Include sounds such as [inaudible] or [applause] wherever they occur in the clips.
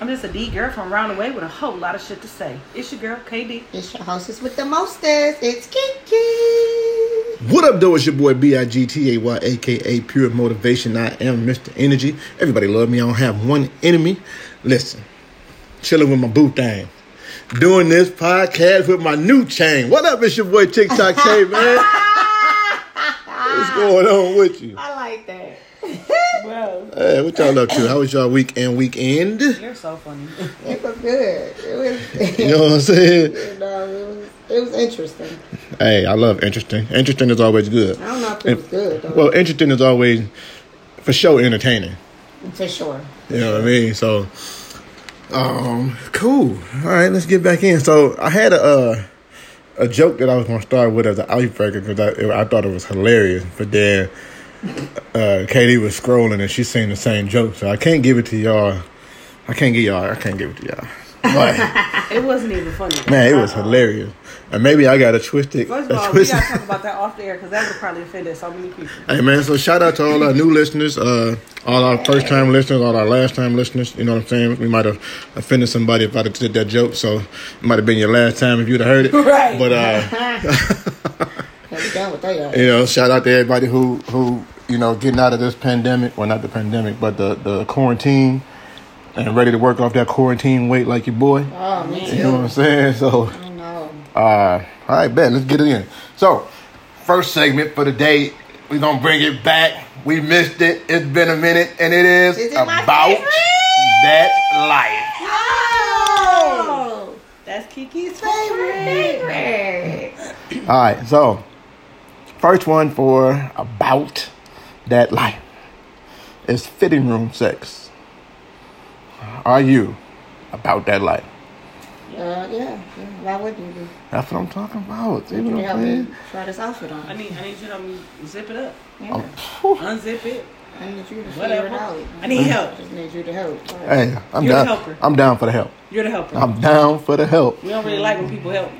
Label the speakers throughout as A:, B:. A: I'm just a D girl from around the way with a whole lot of shit to say. It's your girl, KD.
B: It's your hostess with the mostest. It's Kiki.
C: What up, though? It's your boy B-I-G-T-A-Y, a.k.a. Pure Motivation. I am Mr. Energy. Everybody love me. I don't have one enemy. Listen, chilling with my boo thing. Doing this podcast with my new chain. What up? It's your boy TikTok K, man. What's going on with you?
B: I like that.
A: Bro,
C: Hey, what y'all up to? How was y'all weekend, weekend?
A: you're so funny.
B: It was good. It was,
C: You know what I'm saying?
B: you know, it was, it was interesting.
C: Hey, I love interesting. Interesting is always good.
B: I don't know if it was good, though.
C: Well, interesting is always, for sure, entertaining.
B: for sure.
C: You know what I mean? So, um, cool. All right, let's get back in. So, I had a uh, a joke that I was gonna start with as an icebreaker because I, I thought it was hilarious, but then uh, Katie was scrolling and she seen the same joke, so I can't give it to y'all. I can't give y'all. I can't give it to y'all. But [laughs]
A: It wasn't even funny.
C: man, it was hilarious, and maybe I got a twisted.
A: First of
C: a
A: all, we
C: twisted.
A: gotta talk about that off the air because that would probably offended so many people.
C: Hey man, so shout out to all our new listeners, uh, all our first time listeners, all our last time listeners. You know what I'm saying? We might have offended somebody if I would did that joke, so it might have been your last time if you'd have heard it.
A: Right.
C: But uh,
B: Yeah, we done with that, y'all.
C: you know, shout out to everybody who who you know getting out of this pandemic, well not the pandemic, but the the quarantine, and ready to work off that quarantine weight like your boy.
B: Oh, me
C: You know what I'm
B: too.
C: saying? So.
B: I know.
C: Uh, all right, bet. Let's get it in. So, first segment for the day, we're going to bring it back. We missed it. It's been a minute, and it is,
B: Is it my
C: about
B: favorite?
C: that life.
B: Oh!
A: That's Kiki's favorite.
B: Favorite.
C: All right, so, first one for about that life is fitting room sex. Are you about that life?
B: Uh, yeah, yeah, why wouldn't you?
C: That's what I'm talking about. See
B: You
C: what
B: can
C: I'm
B: help me
C: saying?
B: try this outfit on.
A: I need, I need you to um, zip it up,
B: Yeah.
A: unzip it,
B: I need you to figure it
A: whatever.
B: out.
A: I need help.
B: I just need you to help.
C: Hey, I'm
A: You're the
C: down.
A: helper.
C: I'm down for the help.
A: You're the helper.
C: I'm down for the help.
A: we don't really like when people help.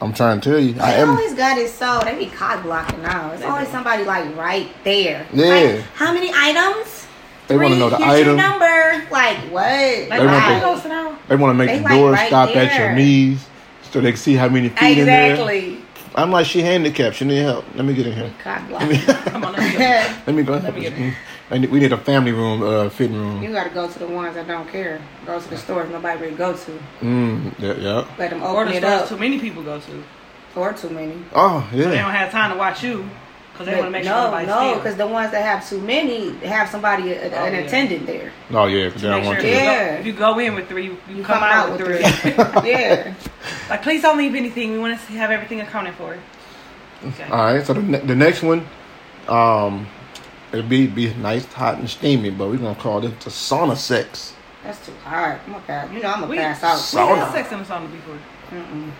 C: I'm trying to tell you. I
B: They
C: am.
B: always got it so they be cock blocking now. It's always somebody like right there.
C: Yeah.
B: Like, how many items?
C: They wanna know the
B: here's
C: item.
B: Your number. Like what?
A: Like,
C: They want
A: why
C: to-
A: you gonna sit down?
C: They want to make
B: They
C: the
B: like
C: door
B: right
C: stop at your
B: there.
C: knees so they can see how many feet in
B: exactly.
C: there. I'm like, she handicapped. She need help. Let me get in here.
B: Cock [laughs]
C: [laughs]
B: blocking.
A: Come on, let's go.
B: you
C: Let me go. help
A: me
C: this-
A: get in.
C: I need- We need a family room, uh, fitting room.
B: gotta go to the ones that don't care. Go to the stores nobody really go to.
C: Mm, yeah, yeah.
B: Let them
A: Or
B: [laughs] open
A: the
B: it
A: stores
B: up.
A: too many people go to.
B: or too many.
C: Oh,
A: They
C: yeah.
A: don't have time to watch you because they want to make sure
B: no,
A: nobody
B: no,
A: steals.
B: because the ones that have too many have somebody a,
A: Oh,
B: an
A: yeah.
B: attendant there.
C: Oh, yeah. 'cause they don't
A: Make
C: want
A: sure if
C: to.
A: you go-
B: Yeah.
A: If you go in with three, you, you come, out, with three.
C: [laughs]
B: yeah.
A: like, please don't leave anything. We want to have everything accounted for. Okay.
C: All right. So the, ne- the next one, um, it'll be be nice, hot, and steamy, but we're gonna call this the sauna sex.
B: That's too hard. I'm gonna pass. You know I'm gonna
A: we,
B: pass out.
A: We
C: Sauna.
A: had sex in the sauna before.
B: Mm-mm.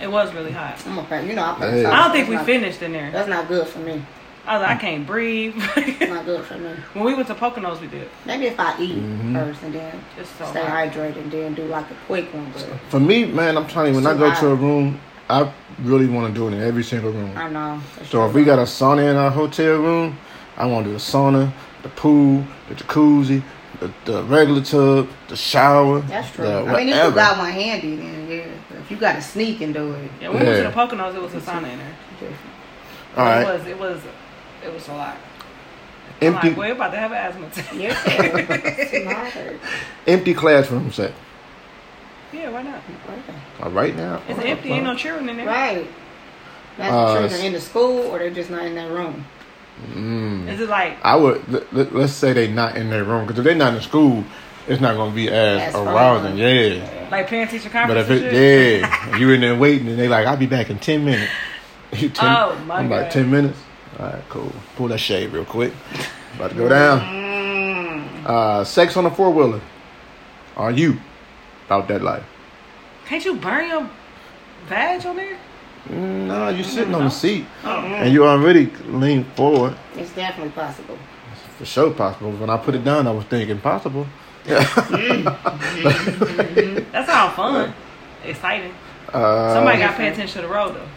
A: It was really hot.
B: I'm gonna pass. You know I'm gonna
C: Hey.
B: pass out.
A: I don't think
B: That's
A: we
B: not-
A: finished in there.
B: That's not good for me.
A: I was like, I can't breathe. [laughs]
B: That's not good for me.
A: when we went to Poconos, we did.
B: Maybe if I eat
C: Mm-hmm.
B: first and then
A: It's so
B: stay
A: hot.
B: hydrated and then do like a quick one, but
C: For me, man, I'm telling you, when I
B: So
C: go
B: hot.
C: to a room, I really want to do it in every single room.
B: I know.
C: So if we got a sauna in our hotel room, I want to do the sauna, the pool, the jacuzzi, the, the regular tub, the shower.
B: That's true.
C: The
B: I mean, if you
C: whatever.
B: got one handy, then yeah. But If you got to sneak and do it,
A: Yeah, when we went to
C: Yeah.
A: the Poconos, it was a sauna in there.
B: different.
C: All
A: It
C: right,
A: was. It was. It was a lot. I'm
C: empty
A: like, well, you're about to have an asthma attack. [laughs]
B: yeah, [laughs] it's too hard.
C: empty classroom set.
A: yeah, why not?
C: All right now.
A: It's empty. Ain't no children in there.
B: right. That's
C: Uh,
B: the children in the school, or they're just not in that room.
C: Mm.
A: Is it like
C: I would let- let, let's say they not in their room because if they're not in school, it's not gonna be as
B: As fun.
C: arousing. Yeah.
A: like parent teacher
C: But
A: conference?
C: if it
A: and shit?
C: yeah, you in there waiting and they like, I'll be back in ten minutes. [laughs] You ten,
A: Oh, my
C: I'm like
A: God.
C: ten minutes. All right, cool. Pull that shade real quick. About to go down.
B: Mm.
C: Uh, sex on a four wheeler. Are you about that life?
A: Can't you burn your badge on there?
C: Mm, No, you sitting on the seat
A: Oh.
C: and you already lean forward.
B: It's definitely possible.
C: For sure, possible. When I put it down, I was thinking possible.
A: That's all fun. Exciting.
C: Uh,
A: Somebody got to pay attention to the road, though.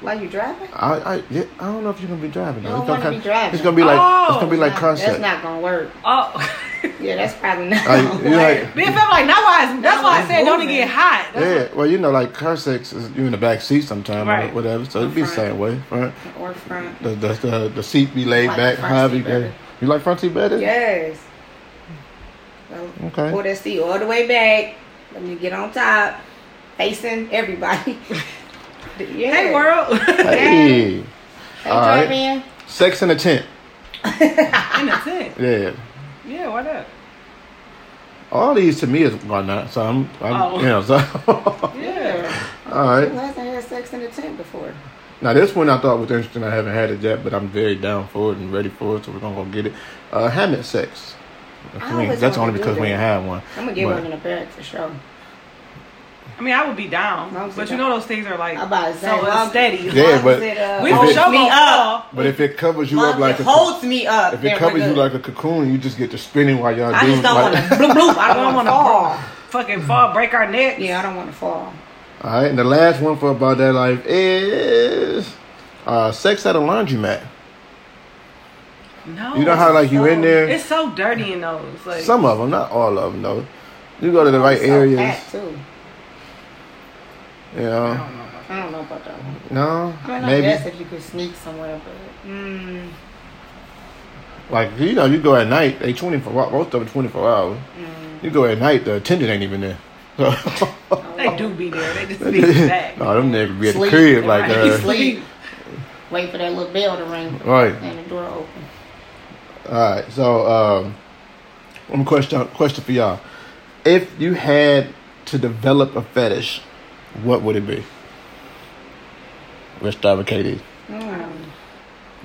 B: While you driving,
C: I, I, yeah, I don't know if you're gonna be driving. though.
B: You don't
C: Uh, it's gonna
B: wanna
C: kinda-
B: be driving.
C: It's gonna be like,
A: Oh!
C: it's gonna be like car
B: that's
C: sex.
B: not gonna work.
A: Oh. [laughs]
B: Yeah, that's probably not.
C: Like, you
B: [laughs]
C: like,
A: Bitch, I'm like, that's why, that's why I said don't it
B: moving.
A: get hot. That's
C: yeah, well, you know, like car sex is you in the back seat sometime
A: Right.
C: or whatever, so it'd be the
B: Front.
C: same way, right?
B: or front.
C: The the the, the seat be laid
B: Like
C: back,
B: front
C: however
B: seat
C: you go.
B: better.
C: You like front seat better?
B: Yes.
C: Okay.
B: Pull that seat all the way back. Let me get on top, facing
C: [laughs]
B: everybody. yeah.
A: Hey, world.
C: Hey,
B: Hey,
C: All right.
B: Jordan.
C: sex in a tent.
A: [laughs] In a tent.
C: Yeah.
A: Yeah, why not?
C: All these to me is why not. So I'm, I'm
A: Oh.
C: you know, so [laughs]
A: Yeah.
C: all
B: Who
C: right.
B: hasn't had sex in a tent before?
C: Now this one I thought was interesting. I haven't had it yet, but I'm very down for it and ready for it, so we're gonna go get it. Uh, hammock sex.
B: I
C: We-
B: always
C: That's
B: wanted
C: only
B: to do
C: because we
B: that.
C: ain't had one.
B: I'm gonna get
C: But-
B: one in the bag for sure.
A: I mean, I would be down,
B: I would
A: but
B: be
A: you
B: down.
A: know those things are like
B: I'm about to say,
A: so
B: well,
A: unsteady.
B: as
C: Yeah,
B: long as
C: but-
B: it, uh,
A: We
C: If
A: for
C: it-
A: sure
B: me
A: gonna
B: up.
A: fall.
C: But if it covers you
B: Long
C: up like
B: as it
C: a
B: holds me up.
C: If
B: then
C: it
B: we're
C: covers you
B: good.
C: like a cocoon, you just get to spinning while y'all
B: I
C: doing.
B: just don't
C: like,
B: want to
C: [laughs]
B: bloop bloop. I
A: I
B: don't want
A: wanna
B: to fall.
A: Fucking fall, break our neck.
B: Yeah, I don't want to fall.
C: All right, and the last one for about that life is uh, sex at a laundromat.
A: No.
B: Oh,
C: You know how like you in there?
A: it's so dirty in those. Like
C: Some of them, not all of them though. You go to the right
B: Oh, So
C: areas,
B: packed, too.
C: you
A: I
C: know.
A: don't know. about
B: I don't know about that one.
C: No,
B: I mean, I guess
C: maybe
B: if you could sneak somewhere, but mm,
C: like you know you go at night. They twenty four most of them twenty four hours.
B: mm,
C: You go at night, the attendant ain't even there. [laughs] So
A: that. They do be there. They just
C: [laughs] no,
A: be back.
C: them niggas be at the
B: Sleep.
C: crib like uh,
B: sleep. Wait for that little bell to ring
C: right.
B: and the door open.
C: All right, so um, one question question for y'all: If you had to develop a fetish, what would it be? Let's start with KD.
B: Mm.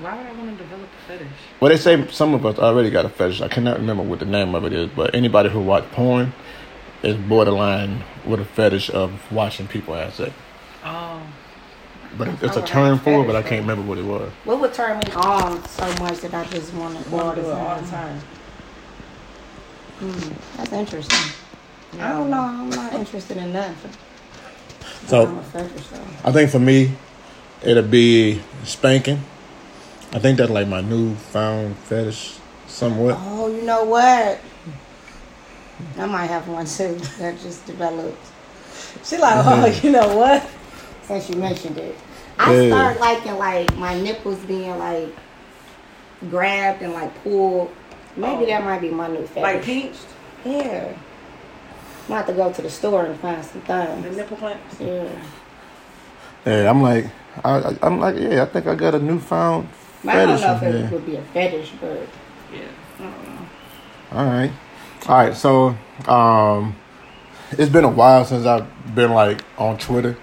A: Why would I want to develop a fetish?
C: Well, they say some of us already got a fetish. I cannot remember what the name of it is, but anybody who watched porn is borderline with a fetish of watching people have sex.
A: Oh,
C: But it's
B: Oh,
C: a term for it, but I
B: fetish.
C: can't remember what it was.
B: What would turn me on so much that I just want to
A: want to do it all the time.
B: Mm, That's interesting. I don't know. I'm not interested in nothing. I'm a
C: So
B: fetish, though.
C: I think for me, it'll be spanking. I think that's like my newfound fetish, somewhat.
B: Oh, you know what? I might have one too that just developed. She like, oh, you know what? Since you mentioned it, I
C: Yeah.
B: start liking like my nipples being like grabbed and like pulled. Maybe
A: Oh.
B: that might be my new
A: Like
B: fetish.
A: pinched
B: yeah, I have to go to the store and find some
A: the
B: things.
A: nipple clamps.
B: Yeah,
C: Yeah, I'm like, I, I, I'm like, yeah, I think I got a newfound
B: But I don't
C: fetish.
B: know if it
C: yeah.
B: would be a fetish, but
A: Yeah.
C: All right, all right. So, um, it's been a while since I've been like on Twitter,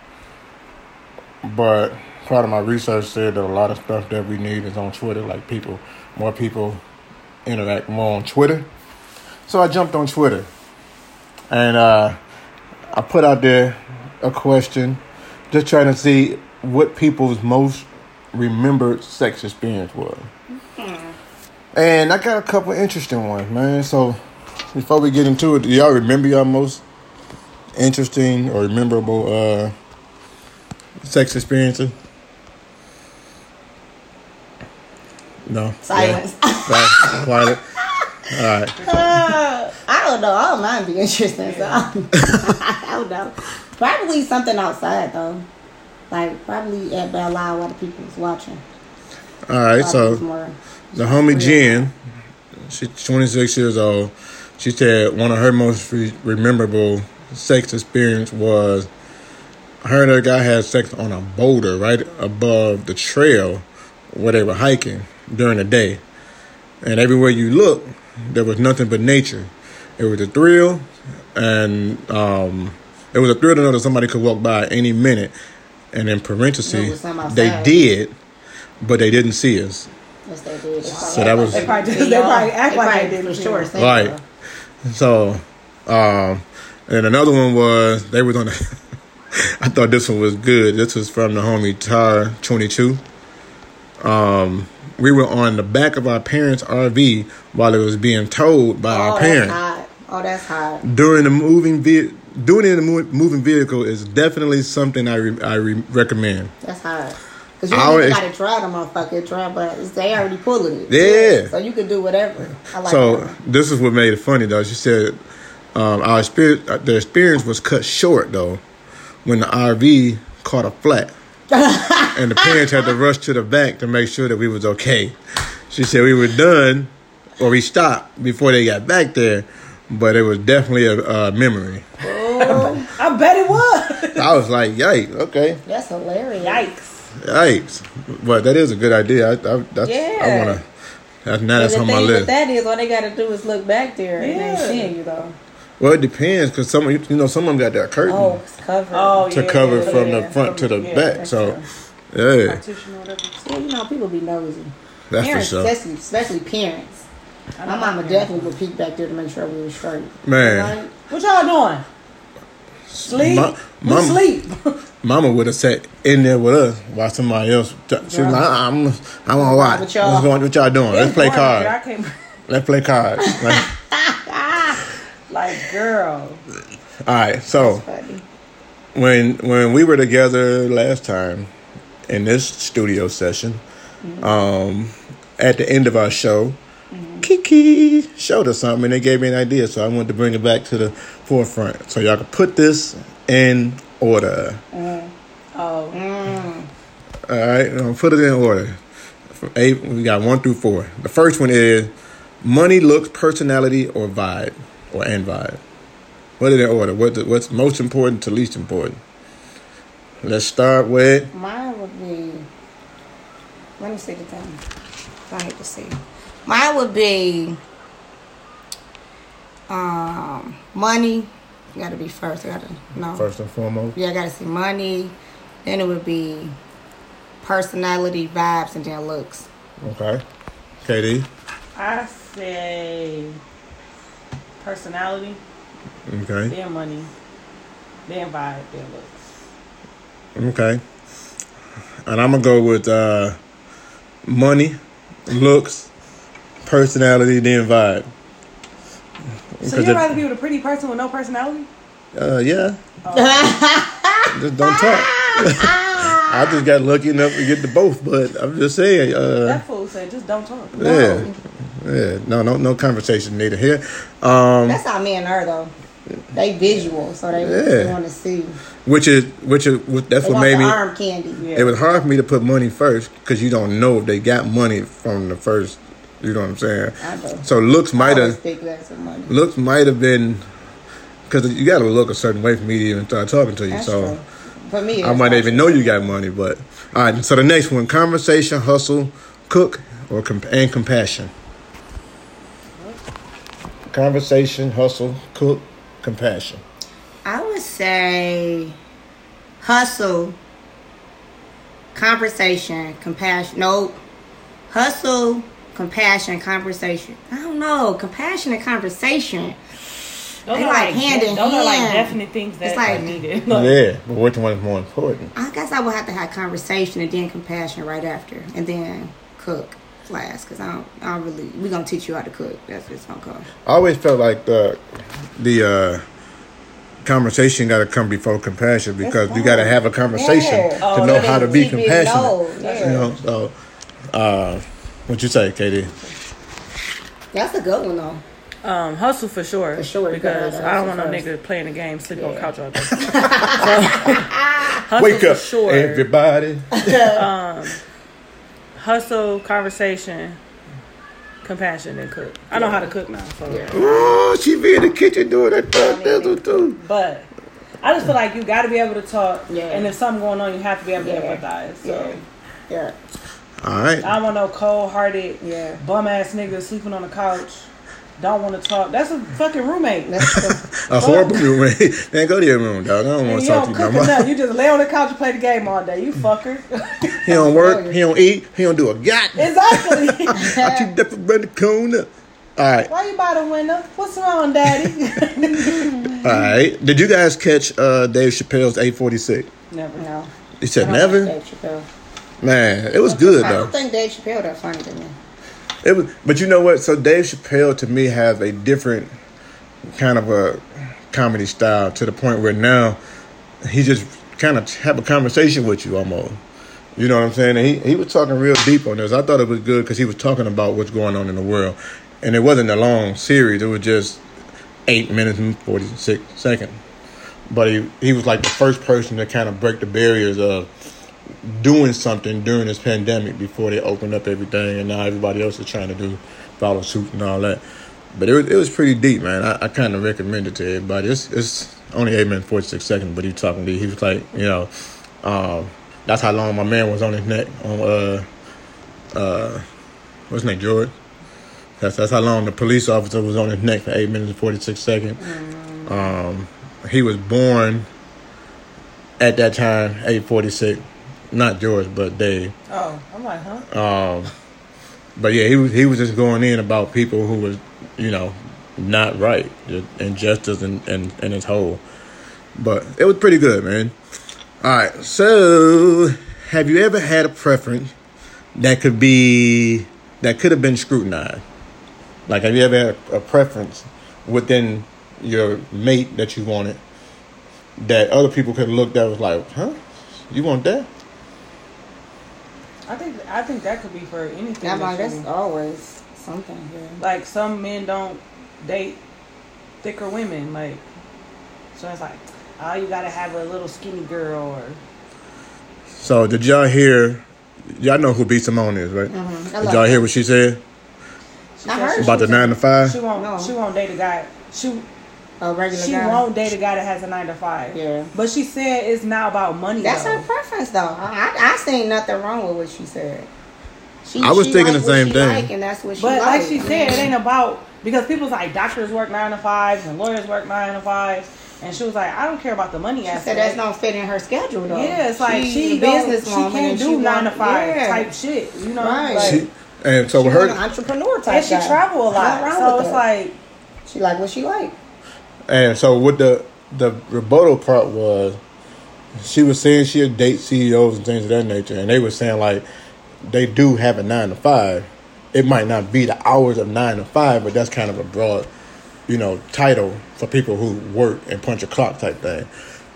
C: but part of my research said that a lot of stuff that we need is on Twitter. Like people, more people interact more on Twitter. So I jumped on Twitter, and uh, I put out there a question, just trying to see what people's most remembered sex experience was. And I got a couple interesting ones, man. So before we get into it, do y'all remember y'all most interesting or memorable uh sex experiences? No.
B: silence.
C: Yeah. Right. Quiet. All right.
B: Uh, [laughs] I don't know. I don't mind being interesting. So [laughs]
C: [laughs]
B: I don't know. Probably something outside though. Like probably at Bell Live while the people was watching.
C: All
B: Probably
C: right. So
B: was more-
C: the homie Jen, she's 26 years old. She said one of her most re- memorable sex experience was her and her guy had sex on a boulder right above the trail where they were hiking during the day. And everywhere you look, there was nothing but nature. It was a thrill, and um, it was a thrill to know that somebody could walk by any minute. And in
B: There
C: parentheses,
B: was some
C: they
B: outside.
C: did, but they didn't see us.
B: Yes, they did. They
C: So that was- They
A: probably just- they probably act like they didn't
B: For
A: see
B: sure.
A: it.
B: say
C: Right. Uh, So, um, and another one was they was on. The, [laughs] I thought this one was good. This was from the homie Tar Twenty Two. Um, we were on the back of our parents' RV while it was being towed by
B: Oh,
C: our
B: that's
C: parents
B: hot. Oh, that's hot.
C: during the moving ve- doing it in a mo- moving vehicle is definitely something I re- I re- recommend.
B: That's hot. Cause you
C: I
B: don't even
C: always-
B: gotta try the motherfucker try, but it's- they already pulling it.
C: Yeah.
B: So you can do whatever. I like
C: so
B: that.
C: this is what made it funny though. She said um, our experience, uh, the experience was cut short though when the RV caught a
B: [laughs]
C: flat, and the parents had to rush to the back to make sure that we was okay. She said we were done or we stopped before they got back there, but it was definitely a, a memory.
A: I bet it was.
C: I was like, yikes, okay,
B: That's hilarious.
A: Yikes.
C: [laughs] yikes. But that is a good idea. I, I, that's, I
B: Yeah.
C: wanna. That's, now
B: And
C: that's
B: the
C: on
B: thing
C: my
B: with
C: list.
B: that is all they gotta do is look back there and they ain't
A: Yeah.
B: seeing you though.
C: Well, it depends because some you know some of them got that curtain.
B: Oh, it's covered.
A: Oh,
C: to
A: yeah,
C: cover
A: yeah,
C: from
A: yeah.
C: the front to the
A: Yeah,
C: back.
B: that's
C: So, yeah,
A: Partition or whatever.
B: Yeah, you know, people be nosy.
C: that's for
B: parents,
C: sure.
B: especially, especially parents.
A: I
B: My
A: don't
B: mama
A: know.
B: definitely would peek back there to make sure we were straight.
C: Man.
B: Right?
A: What y'all doing? Sleep.
C: Ma-
A: Who
C: mama-
A: sleep.
C: Mama would have sat in there with us while somebody else. T- she was like, "Uh-uh, I'm, I'm on watch.
B: What
C: What's
B: y'all-
C: going? What y'all doing? Let's play
A: It's boring, but I
C: cards.
A: can't. [laughs]
C: Let's play cards. Like, [laughs]
A: Like, girl.
C: all right. So
B: Funny.
C: when when we were together last time in this studio session, um, at the end of our show. Kiki showed us something and they gave me an idea, so I wanted to bring it back to the forefront so y'all can put this in order. Mm.
A: Oh.
C: All right, I'm gonna put it in order. From eight, we got one through four. The first one is money, looks, personality, or vibe, or and vibe. What in order? What what's most important to least important? Let's start with
B: Mine would be. Let me see the time. I hate to see. Mine would be. Um, money. You gotta be first. I gotta no.
C: first and foremost.
B: Yeah, I gotta see money. Then it would be personality, vibes, and then looks.
C: Okay, KD.
A: I say personality,
C: Okay,
A: then money, then vibe, then looks.
C: okay. And I'm gonna go with uh, money, looks, personality, then vibe.
A: So
C: 'Cause
A: you'd
C: if-
A: rather be with a pretty person with no personality?
C: Uh, yeah.
A: Oh.
C: just don't
A: [laughs]
C: talk. [laughs] I just got lucky enough to get to both, but I'm just saying. Uh,
A: That fool said, just don't talk.
C: yeah, yeah. No, no, no conversation needed here. Um,
B: That's how men are though. They visual, so they,
C: Yeah.
B: want to see.
C: which is which is which, that's
B: They
C: what
B: want
C: made
B: the
C: me.
B: arm candy.
A: Yeah.
C: It was hard for me to put money first because you don't know if they got money from the first. You know what I'm saying?
B: I do.
C: So looks
B: I
C: might
B: always
C: have Mm,
B: think that's the money.
C: looks might have been because you got to look a certain way for me to even start talking to you.
B: That's
C: so.
B: true. For me,
C: I
B: that's
C: might not
B: not
C: even know you got money, but all right. So the next one: conversation, hustle, cook, or comp- and compassion. Conversation, hustle, cook, compassion.
B: I would say hustle, conversation, compassion. No, hustle, compassion, conversation. I don't know. Compassion and conversation.
A: Those
B: They
A: are like,
B: like hand
A: de-
B: in
A: those are like
B: hand.
A: definite things that
B: It's like-
A: are
B: [laughs]
A: needed.
C: Yeah, but which one is more important?
B: I guess I would have to have conversation and then compassion right after, and then cook last. Cause I don't, I don't really. We gonna teach you how to cook. That's what it's gonna call.
C: I always felt like the the uh, conversation got to come before compassion because you got to have a conversation
B: Yeah.
C: to
A: Oh,
C: know
A: so
C: how to
B: they
C: be
B: keep it low,
C: compassionate.
B: yeah.
C: You know, so uh, what you say, Katie?
B: That's a good one though.
A: Um, hustle for sure.
B: For sure, you gotta
A: Because I don't want no
B: hustle first.
A: nigga playing the game, sleep on
B: Yeah.
A: couch
B: [laughs]
A: all day. So, [laughs] hustle
C: Wake
A: for
C: up,
A: sure.
C: everybody!
A: Hustle, conversation, compassion, and cook. I know how to cook now, so.
C: Oh, she be in the kitchen doing that thug dizzle too.
A: But I just feel like you got to be able to talk,
B: Yeah.
A: and if something going on, you have to be able to
B: Yeah.
A: empathize. So
B: Yeah.
C: All right.
A: I don't want no cold hearted,
B: Yeah.
A: bum ass nigga sleeping on the couch. Don't want to talk. That's a fucking roommate.
B: That's the-
C: A horrible roommate. Man, go to your room, dog. I don't want
A: you
C: to talk to
A: don't
C: you no
A: cook
C: more. [laughs]
A: enough. You just lay on the couch and play the game all day. You fucker. [laughs]
C: He don't work. He don't eat. He don't do a goddamn.
A: exactly. [laughs]
C: I keep that from the corner. All right,
A: Why you by the window? What's wrong,
B: [laughs]
A: daddy?
C: all right. Did you guys catch uh, Dave Chappelle's 846?
A: Never.
B: no.
C: He said
B: I don't like
C: [laughs] never.
B: Dave Chappelle.
C: Man, it was good
B: I don't
C: though.
B: think Dave Chappelle that funny to me.
C: It was, but you know what? So Dave Chappelle to me has a different kind of a comedy style to the point where now he just kind of have a conversation with you almost. You know what I'm saying? And he he was talking real deep on this. I thought it was good because he was talking about what's going on in the world, and it wasn't a long series. It was just eight minutes and forty six seconds. But he he was like the first person to kind of break the barriers of doing something during this pandemic before they opened up everything, and now everybody else is trying to do follow suit and all that. But it was, it was pretty deep, man. I, I kind of recommend it to everybody. It's, it's only 8 minutes 46 seconds, but he was talking to you. He was like, you know, um, that's how long my man was on his neck on, uh, uh, what's his name, George? That's, that's how long the police officer was on his neck for 8 minutes and 46 seconds. Um, he was born at that time, 846. Not George, but Dave.
A: Oh, I'm like, huh?
C: Um, but yeah, he was he was just going in about people who was, you know, not right, injustice and and and his whole. But it was pretty good, man. All right, so have you ever had a preference that could be that could have been scrutinized? Like, have you ever had a, a preference within your mate that you wanted that other people could look that was like, huh, you want that?
A: I think I think that could be for anything.
B: I'm like,
A: that you-
B: that's always something. Yeah.
A: like some men don't date thicker women. Like, so it's like, oh, you gotta have a little skinny girl or
C: So did y'all hear? Y'all know who B Simone is, right?
B: I
C: Did
B: love
C: y'all
B: her.
C: hear what she said
A: she
B: I
A: said
B: heard
A: she
C: about the
A: won't-
C: nine to five?
A: She won't.
B: No.
A: She won't date a guy. She
B: A regular
A: she
B: guy.
A: won't date a guy that has a nine to five.
B: Yeah.
A: But she said it's not about money.
B: That's
A: though.
B: her preference, though. I, I, I seen nothing wrong with what she said. She,
C: I was
B: she
C: thinking
B: like
C: the
B: what
C: same
B: she
C: thing.
B: Like, and that's what she
A: But like
B: like
A: she said, it ain't about because people's like doctors work nine to fives and lawyers work nine to fives, and she was like, I don't care about the money
B: She
A: aspect.
B: said that's not fitting her schedule, though.
A: yeah, it's like
B: She's
A: she
B: a
A: don't-
B: businesswoman
A: She can't
B: and
A: do
B: she
A: nine to
B: want-
A: five
B: yeah.
A: type shit. You know,
B: Right.
A: like,
C: She, and so with
B: She want an
C: her,
B: entrepreneur type.
A: and she
B: guy.
A: travel a
B: Nothing
A: lot,
B: wrong
A: so
B: with
A: it's
B: that.
A: like
B: she like what she like.
C: and so with the the rebuttal part was, she was saying she'll date CEOs and things of that nature, and they were saying like they do have a nine to five. It might not be the hours of nine to five, but that's kind of a broad, you know, title for people who work and punch a clock type thing.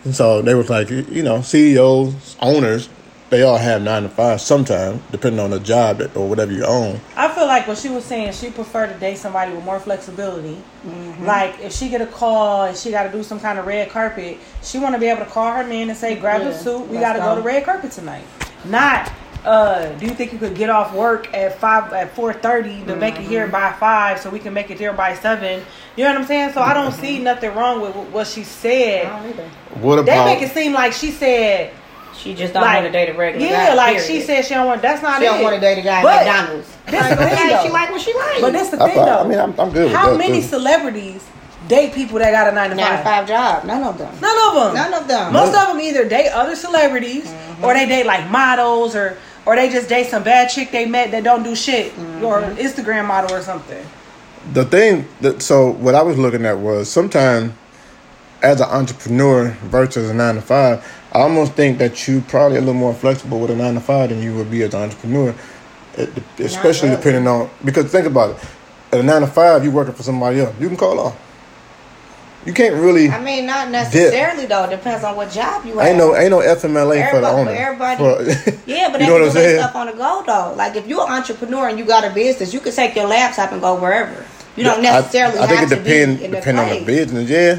C: And so they was like, you know, CEOs, owners, they all have nine to five sometimes, depending on the job that- or whatever you own.
A: I feel like what she was saying, she preferred to date somebody with more flexibility.
B: Mm-hmm.
A: Like if she get a call and she got to do some kind of red carpet, she want to be able to call her man and say, "Grab your
B: Yeah,
A: suit, we
B: let's
A: got to go
B: go.
A: to red carpet tonight." Not, uh, do you think you could get off work at five at four thirty to make it
B: Mm-hmm.
A: here by five so we can make it there by seven? You know what I'm saying? So I don't see
B: Mm-hmm.
A: nothing wrong with what she
B: I
A: said.
B: don't either.
C: What
A: They
C: about
A: make it seem like she said,
D: She just don't
A: like
D: want to date a regular guy.
A: yeah, like she
D: period.
A: said she don't want. That's not
B: She
A: it.
B: don't want to date a guy
A: But-
B: at McDonald's.
A: This
B: Like,
A: the thing,
B: okay, she
A: though.
B: like what she like.
A: But that's the
C: I,
A: thing, though.
C: I mean, I'm, I'm good with
A: How
C: that,
A: many
C: too.
A: celebrities date people that got a nine to
B: nine
A: five?
B: to five job. None of them.
A: None of them.
B: None of Mm-hmm. them.
A: Most of them either date other celebrities, or they date like models, or or they just date some bad chick they met that don't do shit,
B: Mm-hmm.
A: or Instagram model or something.
C: the thing that so what I was looking at was sometimes as an entrepreneur versus a nine to five, I almost think that you probably a little more flexible with a nine to five than you would be as an entrepreneur, It- especially
B: really.
C: depending on because think about it, at a nine to five you're working for somebody else, you can call off. You can't really.
B: I mean, not necessarily though. Depends on what job you.
C: ain't
B: have.
C: no ain't no FMLA for the
B: Everybody-
C: owner.
B: everybody-
C: For-
B: [laughs] Yeah, but
C: [laughs] you
B: they
C: know
B: can
C: what
B: do
C: I'm
B: that
C: saying.
B: stuff on the go though. Like if you're an entrepreneur and you got a business, you can take your laptop and go wherever. You don't
C: Yeah, I-
B: necessarily.
C: I, think
B: have
C: it
B: to
C: depend
B: be in
C: depend on the
B: place.
C: business, yeah.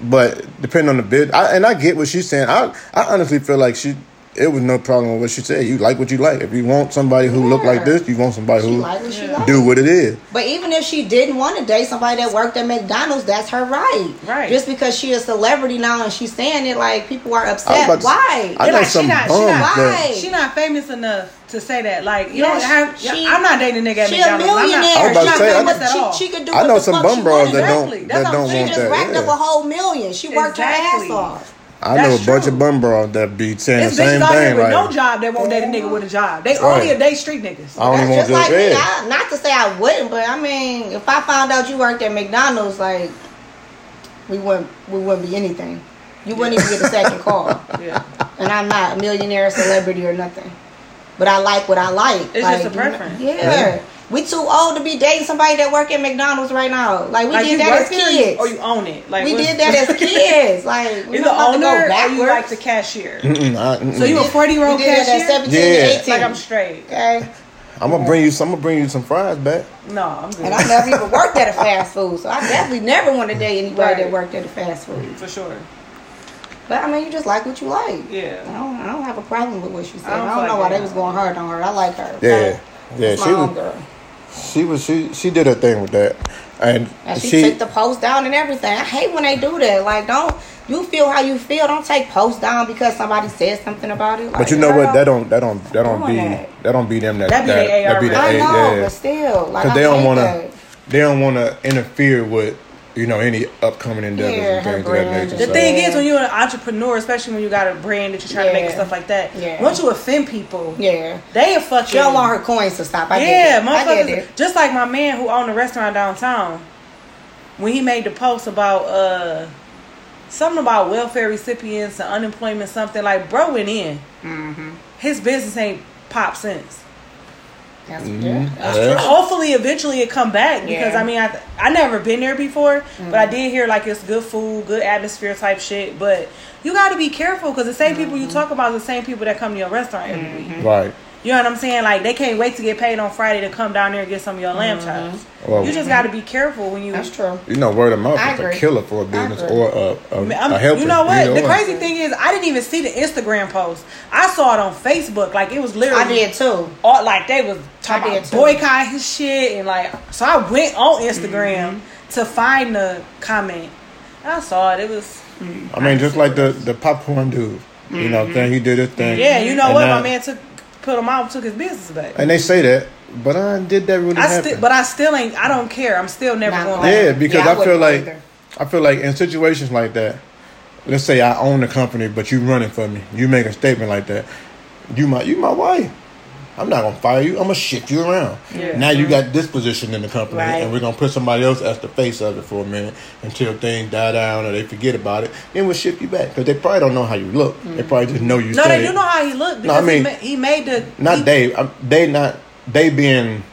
C: But depend on the bid, I, and I get what she's saying. I I honestly feel like she it was no problem with what she said. You like what you like. If you want somebody who look like
B: Yeah.
C: this, you want somebody
B: She
C: who
B: like what she like.
C: do what it is.
B: But even if she didn't want to date somebody that worked at McDonald's, that's her right.
A: Right.
B: Just because she a celebrity now and she's saying it, like people are
C: I was
B: upset.
C: about to-
B: Why?
C: I
A: They're
C: know
A: like, she
C: some
A: not- she
C: bums
A: not-
C: that-
B: Hey.
A: She not famous enough to say that. Like, you
B: Yeah,
A: don't have.
B: she-
A: I'm not dating a nigga at
B: she a
A: McDonald's. I'm not-
B: millionaire.
C: I was
B: She
C: about to
B: not
C: say, I-
B: famous
A: at
B: she-
A: all.
B: She, could do
C: I
B: what
C: know
B: the
C: some
B: fuck
C: bum
B: she
C: bras
B: wanted.
C: that don't
A: Exactly. That's
C: that
A: what I'm
C: don't
A: saying.
B: She
C: want
B: just
C: that.
B: racked up
C: yeah.
B: a whole million. She worked
A: Exactly.
B: her ass off.
C: I know a
A: That's
C: bunch
A: true.
C: of bum bras that be saying
A: It's
C: the
A: bitches
C: same
A: out here
C: thing.
A: with
C: Like,
A: no job that won't date a nigga with a job. They only
C: Right.
A: a date street niggas.
C: I don't even
B: That's
C: want to
B: just like me.
C: red.
B: I, not to say I wouldn't, but I mean, if I found out you worked at McDonald's, like we wouldn't we wouldn't be anything. You wouldn't even get a
C: [laughs]
B: second call.
A: Yeah.
B: And I'm not a millionaire, celebrity, or nothing. But I like what I like.
A: It's just
B: Like,
A: a
B: you know-
A: preference.
B: Yeah.
C: Yeah.
B: We too old to be dating somebody that work at McDonald's right now. Like we
A: Like you
B: did that as
A: work here, or you-
B: kids.
A: or you own it. Like
B: we
A: what's-
B: did
A: [laughs]
B: that as kids. Like we
A: You
B: don't
A: the
B: have to go
A: owner, or you
B: backwards.
A: like the cashier? [laughs]
C: Mm-mm, I, mm-mm.
A: So you a forty year old
B: we did that at
A: cashier?
B: 17
C: Yeah.
B: to 18.
A: Like I'm straight.
B: okay.
C: I'm gonna bring you. Some, I'm gonna bring you some fries back.
A: No, I'm good
B: And I never even worked at a fast food, so I definitely never want to date anybody that worked at a fast food.
A: for sure.
B: But I mean, you just like what you like. I
A: Yeah,
B: don't, I don't have a problem with what she said.
A: I
B: I
A: don't
B: don't,
A: feel
B: know
A: like
B: why
A: that.
B: they was going hard on her. I like her.
C: Yeah, yeah.
B: It's
C: She
B: my own
C: was,
B: girl.
C: she was, she she did her thing with that, and,
B: And she,
C: she
B: took the post down and everything. I hate when they do that. Like, don't you feel how you feel? Don't take posts down because somebody said something about it. Like,
C: But you know what?
B: girl,
C: That don't that don't that don't
B: doing
C: be
B: that.
C: that don't be them that
A: That be the AR
B: I
C: the
A: rep.
C: A-
B: know,
C: yeah.
B: but still, like, I
C: they don't
B: want
C: want
B: to.
C: to they don't want to interfere with you know any upcoming endeavors
B: Yeah,
C: and
B: her
C: things of that
B: brand.
C: nature.
A: The
C: so.
A: thing is, when you're an entrepreneur, especially when you got a brand that you're trying to make and
B: Yeah.
A: stuff like that,
B: Yeah.
A: once you offend people,
B: Yeah,
A: they fuck
B: she don't want her coins to stop. I
A: yeah,
B: get it. I get
A: motherfuckers.
B: it.
A: Just like my man who owned a restaurant downtown, when he made the post about uh something about welfare recipients and unemployment, something like bro went in.
B: Mm-hmm.
A: His business ain't pop since.
B: That's,
C: Mm-hmm.
B: yeah.
C: Yeah.
A: Hopefully, eventually it come back because
B: Yeah. Mm.
A: I mean I I never been there before, but I did hear like it's good food, good atmosphere type shit. But you got to be careful because the same people
B: Mm-hmm.
A: you talk about is the same people that come to your restaurant every week.
C: Right.
A: You know what I'm saying? Like they can't wait to get paid on Friday to come down there and get some of your lamb chops.
C: Well,
A: you just got to be careful when you.
B: Mm-hmm. That's true.
C: You know, word of mouth
B: I
C: is a
B: agree.
C: killer for a business
B: agree.
C: or a, a,
A: I'm-
C: a helper.
A: you know what?
C: either
A: The
C: one.
A: crazy thing is, I didn't even see the Instagram post. I saw it on Facebook. Like it was literally.
B: I did too.
A: All, like they was talking
B: I did
A: about
B: too. Mm-hmm.
A: boycott his shit and like. So I went on Instagram to find the comment. I saw it. It was.
C: I mean, just like the the popcorn dude. You know, thing he did his thing.
A: Mm-hmm. Yeah, you know
C: And
A: what?
C: I-
A: My man took put him out, took his business back.
C: And they say that, but I did that really
A: I
C: happen?
A: still, but I still ain't. I don't care. I'm still never
B: Nah,
A: going.
B: I-
C: yeah, because
B: Yeah, I
C: I, feel
B: wouldn't
C: like
B: either.
C: I feel like in situations like that, let's say I own the company, but you running for me. You make a statement like that. You my you my wife. I'm not gonna fire you. I'm gonna shift you around.
A: Yeah.
C: Now you got this position in the company,
B: Right.
C: and we're gonna put somebody else as the face of it for a minute until things die down or they forget about it. Then we'll shift you back because they probably don't know how you look. They probably just know you.
A: No,
C: said
A: they do
C: it.
A: know how he looked
C: No, I
A: because he,
C: mean-
A: ma- he made the
C: Not
A: he,
C: they. I'm- They not they being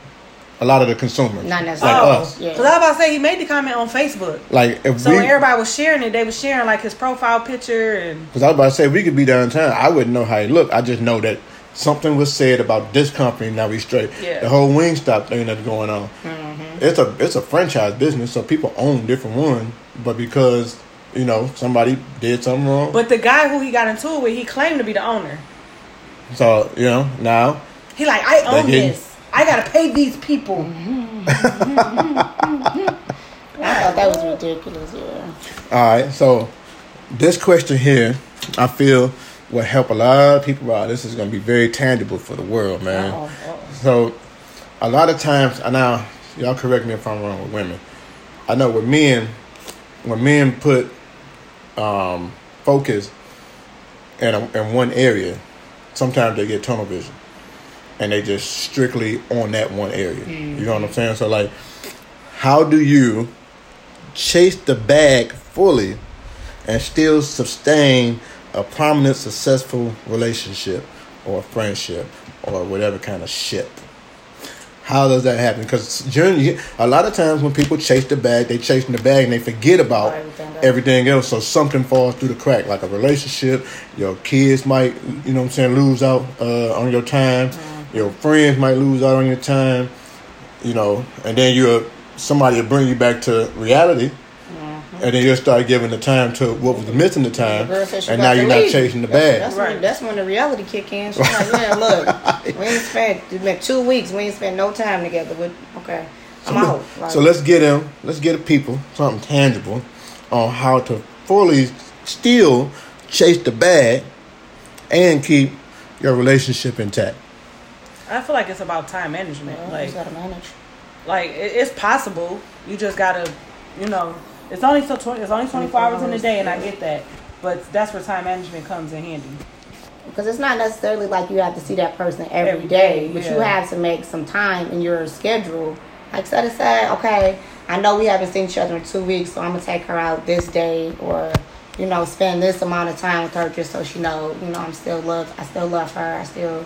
C: a lot of the consumers.
B: Not
C: like
B: necessarily.
C: us.
B: Yeah.
A: Because I was about to say he made the comment on Facebook.
C: Like if
A: Oh. So
C: we,
A: when everybody was sharing it, they was sharing like his profile picture and
C: Because I was about to say, we could be downtown. I wouldn't know how it looked. I just know that something was said about this company. Now we straight.
A: Yeah. Mm-hmm.
C: The whole Wingstop thing that's going on. It's a it's a franchise business, so people own different ones. But because you know somebody did something wrong,
A: but the guy who he got into it with, he claimed to be the owner.
C: so you know now
A: He like, I own
C: They didn't.
A: this. I gotta pay these people.
B: I thought that was ridiculous. Yeah.
C: All right, so this question here, I feel will help a lot of people out. This is going to be very tangible for the world, man.
B: Oh,
A: Uh-oh,
C: So, a lot of times, and now y'all correct me if I'm wrong with women. I know with men, when men put um, focus in a, in one area, sometimes they get tunnel vision, and they just strictly on that one area. You know what I'm saying? So, like, how do you? chase the bag fully and still sustain a prominent, successful relationship or friendship or whatever kind of shit. How does that happen? Because generally, a lot of times when people chase the bag, they chasing the bag and they forget about
B: Everything else.
C: everything else. So something falls through the crack, like a relationship. Your kids might, you know, what I'm saying, lose out uh, on your time.
B: Mm-hmm.
C: Your friends might lose out on your time you know, and then you're somebody will bring you back to reality, and then you'll start giving the time to what was missing the time,
B: Mm-hmm. Girl said she
C: Uh, and
B: about
C: now
B: to
C: you're not
B: leave.
C: chasing the
B: That's-
C: bag.
B: That's, when,
A: Right.
B: that's when the reality kick in. She's
C: [laughs]
B: like, yeah, look, we ain't spent, it's been two weeks, we ain't spent no time together. With, okay, I'm out. Like,
C: [coughs] So let's get them, let's get the people something tangible on how to fully still chase the bag and keep your relationship intact.
A: I feel like it's about time management.
B: you
A: Like,
B: just gotta manage.
A: like it, it's possible. You just gotta, you know, it's only so twenty. It's only twenty four hours in a day, and I get that. But that's where time management comes in handy.
B: Because it's not necessarily like you have to see that person
A: Every
B: every
A: day,
B: day, but you
A: yeah.
B: have to make some time in your schedule. Like set aside, okay, I know we haven't seen each other in two weeks, so I'm gonna take her out this day, or you know, spend this amount of time with her just so she know, you know, I'm still love, I still love her, I still,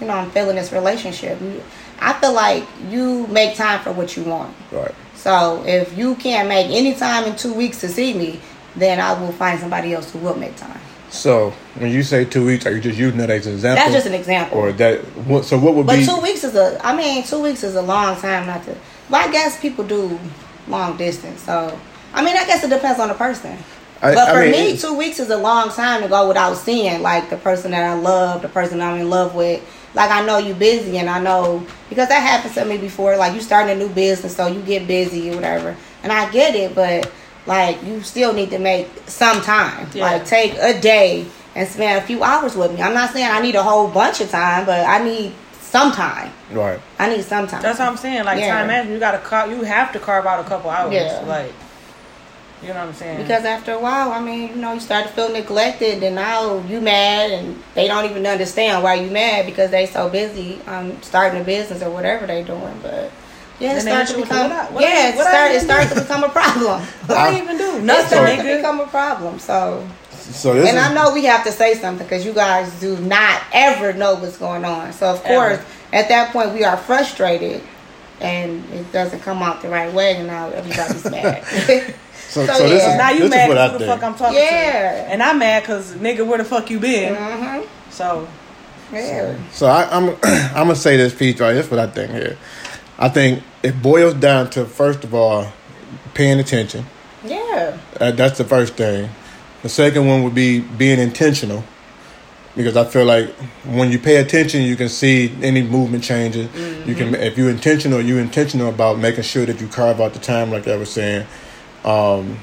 B: you know, I'm feeling this relationship. You- I feel like you make time for what you want.
C: Right.
B: So if you can't make any time in two weeks to see me, then I will find somebody else who will make time.
C: So when you say two weeks, are you just using that as an example?
B: That's just an example.
C: Or that. What, so what would
B: But
C: be?
B: two weeks is a, I mean, two weeks is a long time not to. Well, I guess people do long distance. So, I mean, I guess it depends on the person.
C: I-
B: but
C: I
B: for
C: mean,
B: me,
C: it-
B: two weeks is a long time to go without seeing like the person that I love, the person I'm in love with. Like I know you busy, and I know because that happened to me before. Like you starting a new business, so you get busy or whatever, and I get it. But like you still need to make some time.
A: Yeah.
B: Like take a day and spend a few hours with me. I'm not saying I need a whole bunch of time, but I need some time.
C: Right.
B: I need some time.
A: That's what I'm saying. Like
B: Yeah.
A: time management, you gotta car- you have to carve out a couple hours.
B: Yeah.
A: Like you know what I'm saying?
B: Because after a while, I mean, you know, you start to feel neglected, and now you mad, and they don't even understand why you mad because they so busy um, starting a business or whatever they doing. But yeah, it
A: Then they
B: starts
A: hit
B: to
A: you with
B: become
A: the what I- what I-
B: yeah, it
A: what I
B: starts it
A: even
B: starts to become a problem.
A: [laughs] what
B: [laughs]
A: do you even do?
B: it
A: Nothing,
B: starts to
A: nigga.
B: become a problem. So,
C: So this
B: and
C: is,
B: I know we have to say something because you guys do not ever know what's going on. So of
A: Ever.
B: course, at that point, we are frustrated. And it doesn't come out the right way, and now everybody's mad.
C: [laughs]
B: [laughs]
C: So- so this is-
A: now you
C: This
A: mad
C: what I
A: 'cause who the
C: did.
A: fuck I'm talking
B: Yeah.
A: to? And I'm mad because nigga, where the fuck you been?
B: Mhm.
A: So
B: Yeah.
C: So I, I'm [coughs] I'm gonna say this piece right. That's what I think here. I think it boils down to first of all paying attention.
B: Yeah.
C: Uh, that's the first thing. The second one would be being intentional, because I feel like when you pay attention, you can see any movement changes. You can, if you're intentional, you're intentional about making sure that you carve out the time, like I was saying. Um,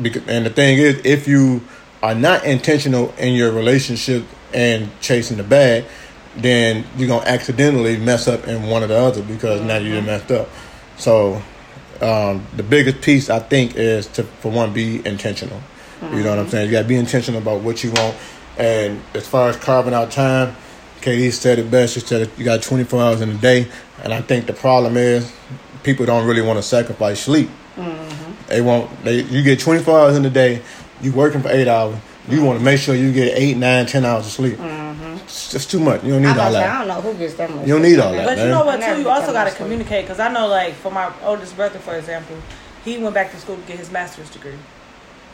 C: because, and the thing is, if you are not intentional in your relationship and chasing the bag, then you're gonna accidentally mess up in one or the other because now you done messed up. So um, the biggest piece I think is to for one be intentional. You know
B: Mm-hmm.
C: what I'm saying? You gotta be intentional about what you want. And as far as carving out time, KD said it best. She said you got 24 hours in a day, and I think the problem is people don't really want to sacrifice sleep.
B: Mm-hmm.
C: They won't. They you get 24 hours in a day. You working for eight hours. You want to make sure you get eight, nine, ten hours of sleep. It's just too much. You don't
B: I'm
C: need
B: about
C: all
B: to say,
C: that.
B: Mm-hmm. I don't know who gets that much.
C: You don't need all that.
A: But you
C: man.
A: know what?
B: Never
A: Too, you
B: become
A: also got to
B: Muslim.
A: communicate because I know, like, for my oldest brother, for example, he went back to school to get his master's degree,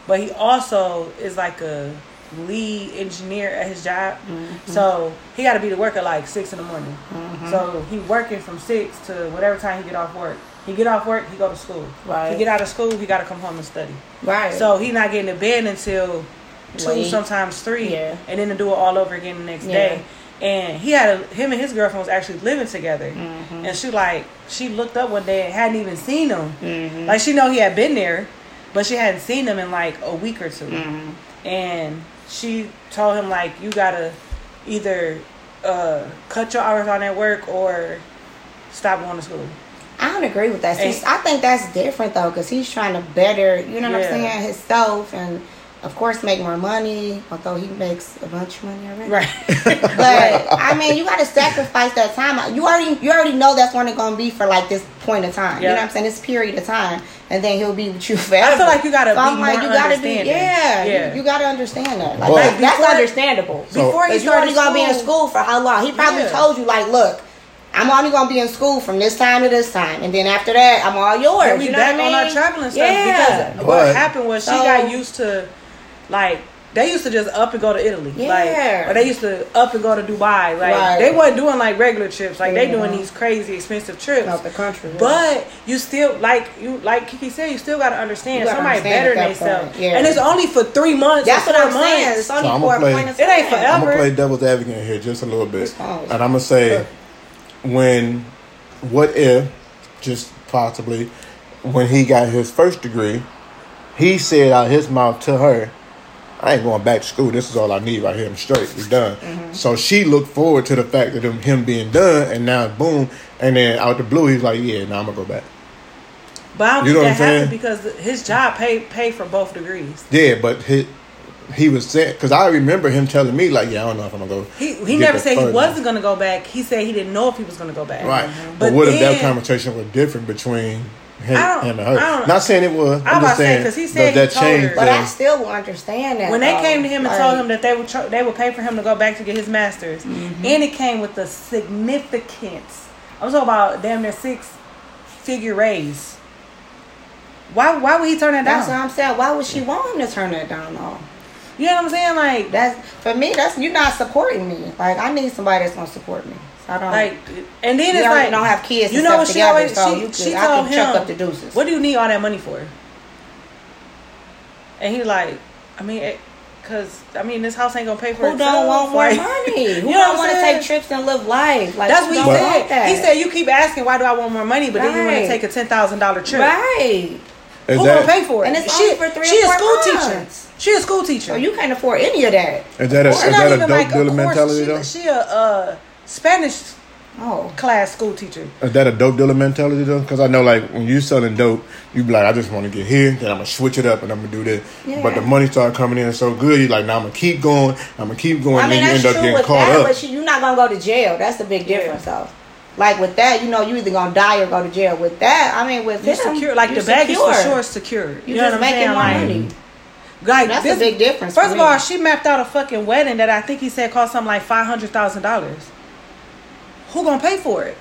A: but he also is like a lead engineer at his job, so he got to be to work at like six in the morning. So he working from six to whatever time he get off work. He get off work, he go to school.
B: Right.
A: He get out of school, he got to come home and study.
B: Right.
A: So he not getting to bed until two,
B: Late.
A: sometimes three,
B: Yeah.
A: and then to do it all over again the next
B: Yeah.
A: day. And he had a, him and his girlfriend was actually living together,
B: Mm-hmm.
A: and she like she looked up one day and hadn't even seen him.
B: Mm-hmm.
A: Like she know he had been there, but she hadn't seen him in like a week or 2
B: Mm-hmm.
A: And she told him like you gotta either uh, cut your hours on at work or stop going to school.
B: I don't agree with that. See,
A: Ain't-
B: I think that's different though, because he's trying to better, you know what
A: Yeah.
B: I'm saying, himself, and of course make more money. Although he makes a bunch of money already. But I mean, you got to sacrifice that time. You already you already know that's when it's gonna be for like this point of time. You
A: Yeah.
B: know what I'm saying? This period of time, and then he'll be with you forever.
A: I feel like you gotta
B: So
A: be
B: I'm like,
A: more
B: you gotta be,
A: understanding.
B: yeah,
A: Yeah.
B: You, you gotta understand that. Like,
C: Well-
B: that- that's
A: Before-
B: understandable.
A: Before he
B: Because you only
A: started
B: gonna be in
A: school-
B: school for how long? He probably
A: Yeah.
B: told you like, look, I'm only gonna be in school from this time to this time, and then after that, I'm all yours.
A: And we
B: you know
A: back
B: what I mean?
A: on our traveling stuff
B: Yeah.
A: because
C: But-
A: what happened was she
B: So-
A: got used to like they used to just up and go to Italy. Like
B: Yeah.
A: or they used to up and go to Dubai. Like
B: Right.
A: they wasn't doing like regular trips. Like they
B: Yeah.
A: doing these crazy expensive trips.
B: out the country. yeah.
A: But you still like you like Kiki said, you still gotta understand
B: You gotta
A: somebody
B: understand
A: better than
B: at that
A: themselves.
B: point, yeah.
A: And it's only for three months.
B: that's
A: or
B: what
A: four
B: I'm saying.
A: months.
B: It's only
C: So I'ma
B: for a
C: play-
B: point of
A: It ain't
B: time.
A: forever.
C: I'm gonna play devil's advocate here just a little bit,
B: Oh.
C: and I'm gonna say, when, what if, just possibly, when he got his first degree, he said out his mouth to her, "I ain't going back to school. This is all I need right here. I'm straight. We done."
A: Mm-hmm.
C: So she looked forward to the fact that him, him being done, and now boom, and then out the blue, he's like, "Yeah, now I'm gonna go back."
A: But I don't
C: You know
A: think
C: what
A: that
C: I'm saying?
A: happened because his job paid paid for both degrees.
C: Yeah, but he, he was saying because I remember him telling me like, "Yeah, I don't know if I'm gonna go."
A: He, he
C: get
A: never
C: the
A: said he
C: further."
A: wasn't gonna go back. He said he didn't know if he was gonna go back.
C: Right.
B: Mm-hmm.
C: But, what if that
A: Mm-hmm. then-
C: conversation was different between him,
A: I don't-
C: him and
A: I
C: her?
A: don't-
C: Not saying it was.
A: I was about
C: I'm just
A: to say,
C: saying
A: 'cause he
C: does
A: said he
C: that
A: told
C: change
A: her.
B: But I
C: the-
B: still will understand that.
A: when they
B: though.
A: came to him and
B: Like,
A: told him that they would
B: Mm-hmm.
A: tr- they would pay for him to go back to get his master's, and it came with the significance I'm talking about damn near six figure raise. Why why would he turn that down?
B: That's what I'm saying. Why would she want him to turn that down though?
A: you know what I'm saying? Like
B: That's for me. That's you're not supporting me. Like I need somebody that's gonna support me. So I don't
A: like and then
B: We
A: it's
B: already
A: like
B: don't have kids
A: You
B: and
A: know
B: stuff
A: what she
B: together,
A: always
B: so
A: she,
B: you could-
A: she
B: I could
A: told him
B: chuck up the deuces.
A: What do you need all that money for? And he like, I mean, eh, cause I mean this house ain't gonna pay for
B: Who
A: itself,
B: don't want more
A: like- [laughs]
B: money?
A: You
B: Who
A: know
B: don't
A: what
B: want to
A: I'm
B: take
A: saying?
B: trips and live life? Like
A: That's what
B: who
A: he
B: don't
C: But-
A: said.
B: want that?
A: He said you keep asking why do I want more money, but then you want
B: Right.
A: to take a ten thousand dollar trip.
B: right.
C: Is
A: Who
C: that,
A: gonna pay for it?
B: And it's
A: she,
B: only for three
A: She
B: or
A: a
B: four
A: school
B: months.
A: teacher. She a school teacher.
B: So you can't afford any of that.
C: is that a, is
A: She not
C: that a
A: even
C: dope
A: like
C: dealer
A: a
C: mentality though?
A: course. She, she a uh, Spanish
B: Oh,
A: class school teacher.
C: Is that a dope dealer mentality though? Because I know like when you selling dope, you be like, I just want to get here, then I'm gonna switch it up and I'm gonna do this. But the
B: Yeah.
C: money start coming in so good, you like, now I'm gonna keep going, I'm gonna keep going,
B: I mean
C: and then
B: that's true
C: you end up getting
B: with
C: caught
B: that,
C: up.
B: but you- you're not gonna go to jail. That's the big
A: Yeah.
B: difference, though. Like with that, you know, you either gonna die or go to jail. With that, I mean, with
A: You
B: him,
A: secure like
B: you're
A: the bag is for
B: secure.
A: sure secured.
B: You,
A: know what I'm
B: just making
A: saying?
B: more
A: Like,
B: money.
A: Like
B: That's
A: this,
B: a big difference
A: First
B: for
A: of
B: me.
A: all, she mapped out a fucking wedding that I think he said cost something like five hundred thousand dollars. Who gonna pay for it?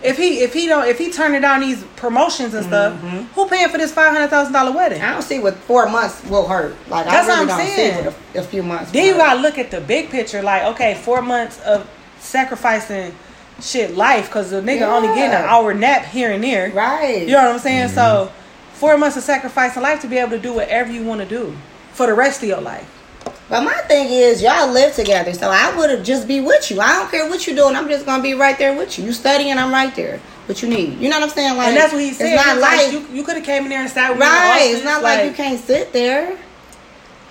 A: If he if he don't if he turning down these promotions and stuff, who paying for this five hundred thousand dollar wedding?
B: Mm-hmm. I don't see what four months will hurt. Like
A: That's
B: I
A: what
B: really
A: I'm
B: don't
A: saying.
B: see what a, a few months.
A: Then you
B: will hurt.
A: gotta look at the big picture. Like, okay, four months of sacrificing shit life because the nigga only
B: Yeah.
A: getting an hour nap here and there.
B: right.
A: You know what I'm saying? So, four months of sacrificing life to be able to do whatever you want to do for the rest of your life.
B: But my thing is, y'all live together, so I would have just be with you. I don't care what you doing. I'm just gonna be right there with you. You studying, I'm right there. What you need, you know what I'm saying? Like
A: and that's what he said.
B: It's
A: He
B: not
A: was
B: like
A: you, you could have came in there and sat with me in the
B: right.
A: office,
B: It's not like, you can't sit there.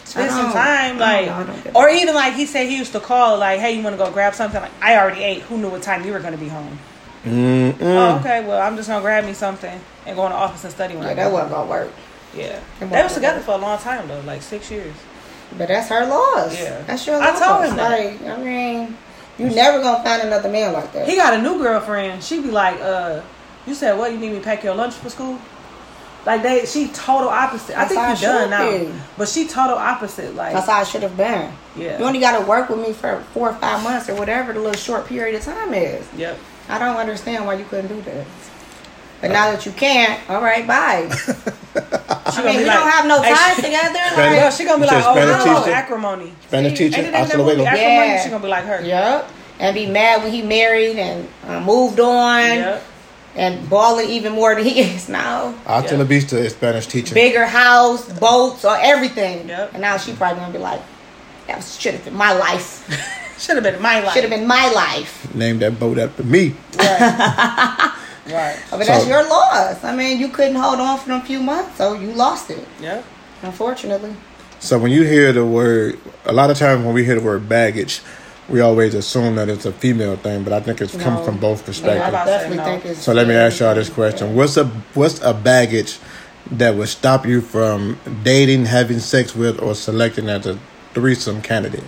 A: spend some
B: I don't-
A: time,
B: I don't
A: like,
B: know, I don't get
A: or even like he said he used to call, like, hey, you want to go grab something? Like, I already ate. Who knew what time you were going to be home?
C: Mm-mm.
B: Mm.
A: Oh, okay. Well, I'm just gonna grab me something and go in the office and study when I
B: Like,
A: go.
B: that wasn't gonna work.
A: Yeah,
B: It
A: they was
B: won't
A: together
B: work.
A: for a long time though, like six years.
B: But that's her loss.
A: Yeah.
B: that's your
A: I
B: loss.
A: told him that.
B: like, I mean, you never gonna find another man like that.
A: He got a new girlfriend. She be like, "Uh, you said what? You need me to pack your lunch for school?" Like they, she total opposite.
B: That's
A: I
B: how
A: think
B: it
A: he done
B: should
A: now,
B: be.
A: but she total opposite. Like
B: That's how I should have been.
A: Yeah.
B: You only got to work with me for four or five months or whatever the little short period of time is.
A: yep.
B: I don't understand why you couldn't do that. But now that you can't, all right, bye.
A: She
B: I
A: gonna
B: mean,
A: be
B: we
A: like-
B: don't have no
A: Hey, [laughs]
B: time
A: she-
B: together.
C: Spanish-
A: Well,
B: Like,
A: she gonna be
C: You
A: like,
C: said
A: "Oh,
C: Spanish
A: no,
C: teacher?
A: acrimony."
C: Spanish
A: Ain't
C: teacher,
A: it that
C: hasta
A: movie,
C: luego.
A: Acrimony?
B: Yeah.
A: She gonna be like her.
B: yep. And be mad when he married and uh, moved on
A: Yep.
B: and balling even more than he [laughs] is now.
C: Hasta
A: Yeah.
C: la vista is Spanish teacher.
B: Bigger house, boats, or everything.
A: Yep.
B: And now she probably gonna be like, that was should have been my life.
A: Should have been my life.
B: Should have been my life.
C: Name that boat after me.
A: been right.
B: But that's
C: So-
B: your loss. I mean, you couldn't hold on for a few months, so you lost it.
A: Yep.
B: Unfortunately.
C: So when you hear the word, a lot of times when we hear the word baggage, we always assume that it's a female thing, but I think it's come
B: No.
C: from both
B: Yeah, I
C: perspectives.
A: About
B: definitely
A: saying no.
B: think it's.
C: So let me ask y'all this question: What's a what's a baggage that would stop you from dating, having sex with, or selecting as a threesome candidate?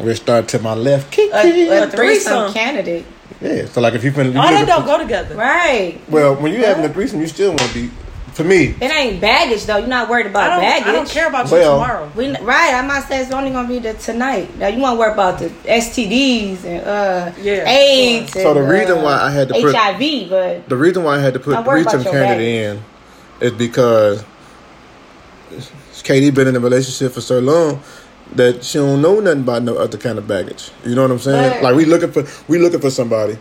C: We start to my left. Kiki.
B: A, a
A: A
B: threesome
A: threesome.
B: candidate,
C: yeah. So like if you've been,
A: All that don't go together.
B: right?
C: well, when you having a threesome, you still want to be. For me,
B: It ain't baggage though. You're not worried
A: I
B: about
A: don't.
B: baggage.
A: I don't care about you
C: Well-
A: tomorrow.
B: We right. I might say it's only gonna be the tonight. Now you want to worry about the STDs and uh
A: Yeah,
B: AIDS.
C: sure. So the
B: and,
C: reason
B: uh,
C: why I had to put-
B: HIV, but
C: the reason why I had to put
B: Don't worry
C: threesome
B: about your
C: candidate in is because Katie been in a relationship for so long that she don't know nothing about no other kind of baggage. You know what I'm saying?
B: But-
C: like we looking for we looking for somebody.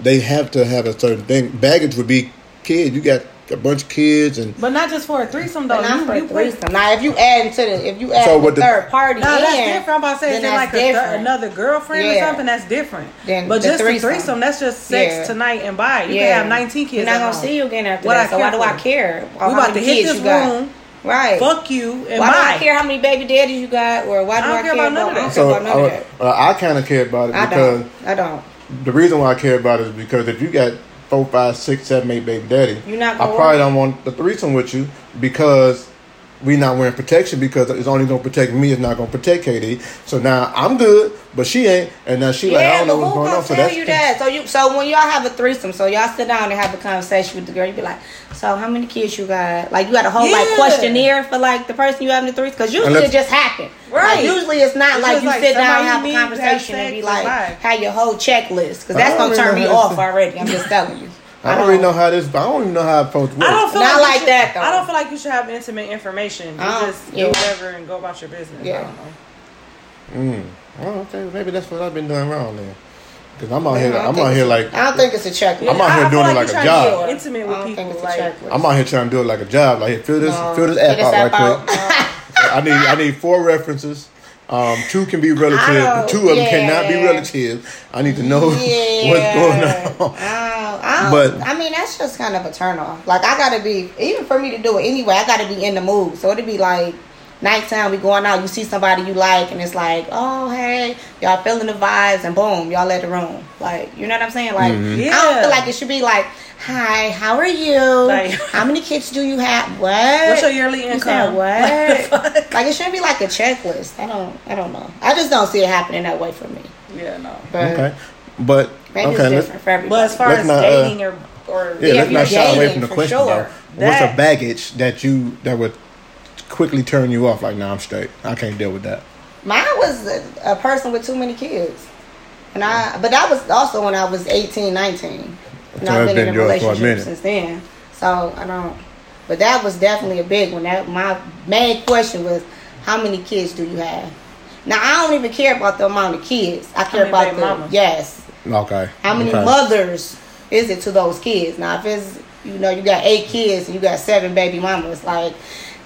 C: They have to have a certain thing. Baggage would be kids. You got a bunch of kids and
A: But not just for a threesome though.
B: but not
A: Oh, You-
B: for
A: you
B: a
A: put-
B: threesome. Now if you add into the if you add the,
C: So with the-
B: third party,
A: No,
B: in,
A: that's different. I'm about to say
B: then
A: is it like
B: that's
A: a th-
B: different.
A: another girlfriend or
B: Yeah.
A: something? That's different.
B: Then
A: but
B: the
A: just
B: threesome.
A: a threesome, that's just sex
B: Yeah.
A: tonight and bye. You
B: Yeah.
A: can have 19 kids.
B: You're not
A: at
B: gonna
A: home.
B: see you again after
A: What
B: that.
A: I
B: so
A: care
B: why do I
A: for?
B: care?
A: We about to hit this room.
B: right?
A: Fuck you and
B: why do I
A: bye.
B: care how many baby daddies you got, or why do I,
A: I don't care about none of
B: I don't
A: that.
B: care
C: so
B: about none of
C: I,
B: that.
C: I kind of care about it
B: I
C: because
B: don't. I don't.
C: the reason why I care about it is because if you got four, five, six, seven, eight baby daddy,
B: You're not
C: I
B: gonna work.
C: probably don't want the threesome with you because we not wearing protection because it's only gonna protect me. It's not gonna protect KD. So now I'm good, but she ain't. And now she like I
B: Yeah,
C: don't know
B: but who
C: what's going
B: gonna
C: on. So
B: tell
C: that's
B: you that? So you, so when y'all have a threesome, so y'all sit down and have a conversation with the girl, you be like, "So how many kids you got?" Like you got a whole like
A: Yeah.
B: questionnaire for like the person you having the threesome, because usually
C: Unless-
B: it just happen.
A: Right.
B: Like, usually it's not
A: It's
B: like
A: just
B: you
A: like
B: sit down
A: somebody
B: and have
A: you need
B: a
A: to have
B: conversation and
A: sex
B: be
A: with,
B: like,
A: like-
B: have your whole checklist, because
C: I
B: that's gonna
C: don't
B: turn
C: really
B: me
C: know how
B: off
C: this-
B: already. I'm just telling you.
C: I don't really know how this. I don't even know how it's supposed to work.
A: I don't feel like, you
B: Not like
A: should-
B: that, though.
A: I don't feel like you should have intimate information. You
B: I don't-
A: just
B: yeah.
A: do whatever and go about your business.
B: Yeah.
A: I don't know.
C: Mm. Oh, okay. Maybe that's what I've been doing wrong then. Because I'm out
B: I
C: here.
B: don't
C: I'm
B: think
C: out here
B: it's-
C: like.
B: I don't think it's a checklist.
C: I'm out
A: I-
C: here
A: I
C: doing
A: feel
C: it
A: like
C: like
A: you trying
C: a
A: to
C: job.
A: get intimate with
B: I don't think
A: people,
B: it's a
A: like-
B: checklist.
C: I'm out here trying to do it like a job. Like, hey, fill this,
B: No.
C: fill this app
B: Fill
C: out
B: this
C: right
B: app out. [laughs]
C: quick. [laughs] I need, I need four references. Um, two can be
B: I
C: relative.
B: don't-
C: Two of them cannot be
B: yeah.
C: relative. I need to know [laughs] what's going on.
B: Oh, I
C: But-
B: but I mean that's just kind of a turn off. Like I gotta be even for me to do it anyway. I gotta be in the mood. So it'd be like nighttime. We going out. You see somebody you like, and it's like, oh hey, y'all feeling the vibes, and boom, y'all at the room. Like you know what I'm saying? Like
C: Mm-hmm.
B: I
A: Yeah.
B: don't feel like it should be like, hi, how are you?
A: Like-
B: how many kids do you have? What?
A: What's your yearly
B: You said [laughs]
A: income? [laughs]
B: what?
A: Like, the fuck?
B: like it should be like a checklist. I don't. I don't know. I just don't see it happening that way for me.
A: yeah, no.
B: But
C: Okay, but
B: maybe
C: okay,
B: it's
C: let's,
B: different for everybody.
A: But as far
C: Let's
A: as
C: not, uh,
A: dating or or
C: yeah,
B: Yeah,
C: let's
B: if
C: not
B: you're
C: shy away
B: dating,
C: from the
B: for
C: question.
B: sure.
C: Though. What's a
A: That-
C: baggage that you that would quickly turn you off? Like, nah, I'm straight. I can't deal with that.
B: Mine was a, a person with too many kids. And I but that was also when I was 18, 19. And
C: So
B: I've
C: that's
B: been in a
C: been yours for a
B: relationship
C: minute.
B: since then. So I don't but that was definitely a big one. That my main question was how many kids do you have? Now I don't even care about the amount of kids. I care
A: many
B: about
A: baby
B: the
A: mamas?
B: yes.
C: Okay,
B: How many
C: okay.
B: mothers is it to those kids? Now if it's you know, you got eight kids and you got seven baby mamas, like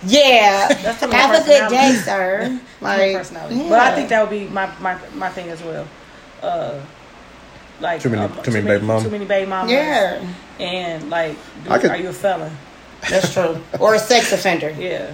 B: yeah,
A: [laughs] That's a
B: have a good
A: personality.
B: day,
A: [laughs]
B: sir. Like,
A: personality. But I
B: yeah.
A: think that would be my my, my thing as well. Uh, like
C: Too many-
A: uh,
C: too many baby mama.
A: too many baby mamas.
B: Yeah,
A: and like, do,
C: I could-
A: are you a felon?
B: that's true. or a sex offender.
A: Yeah,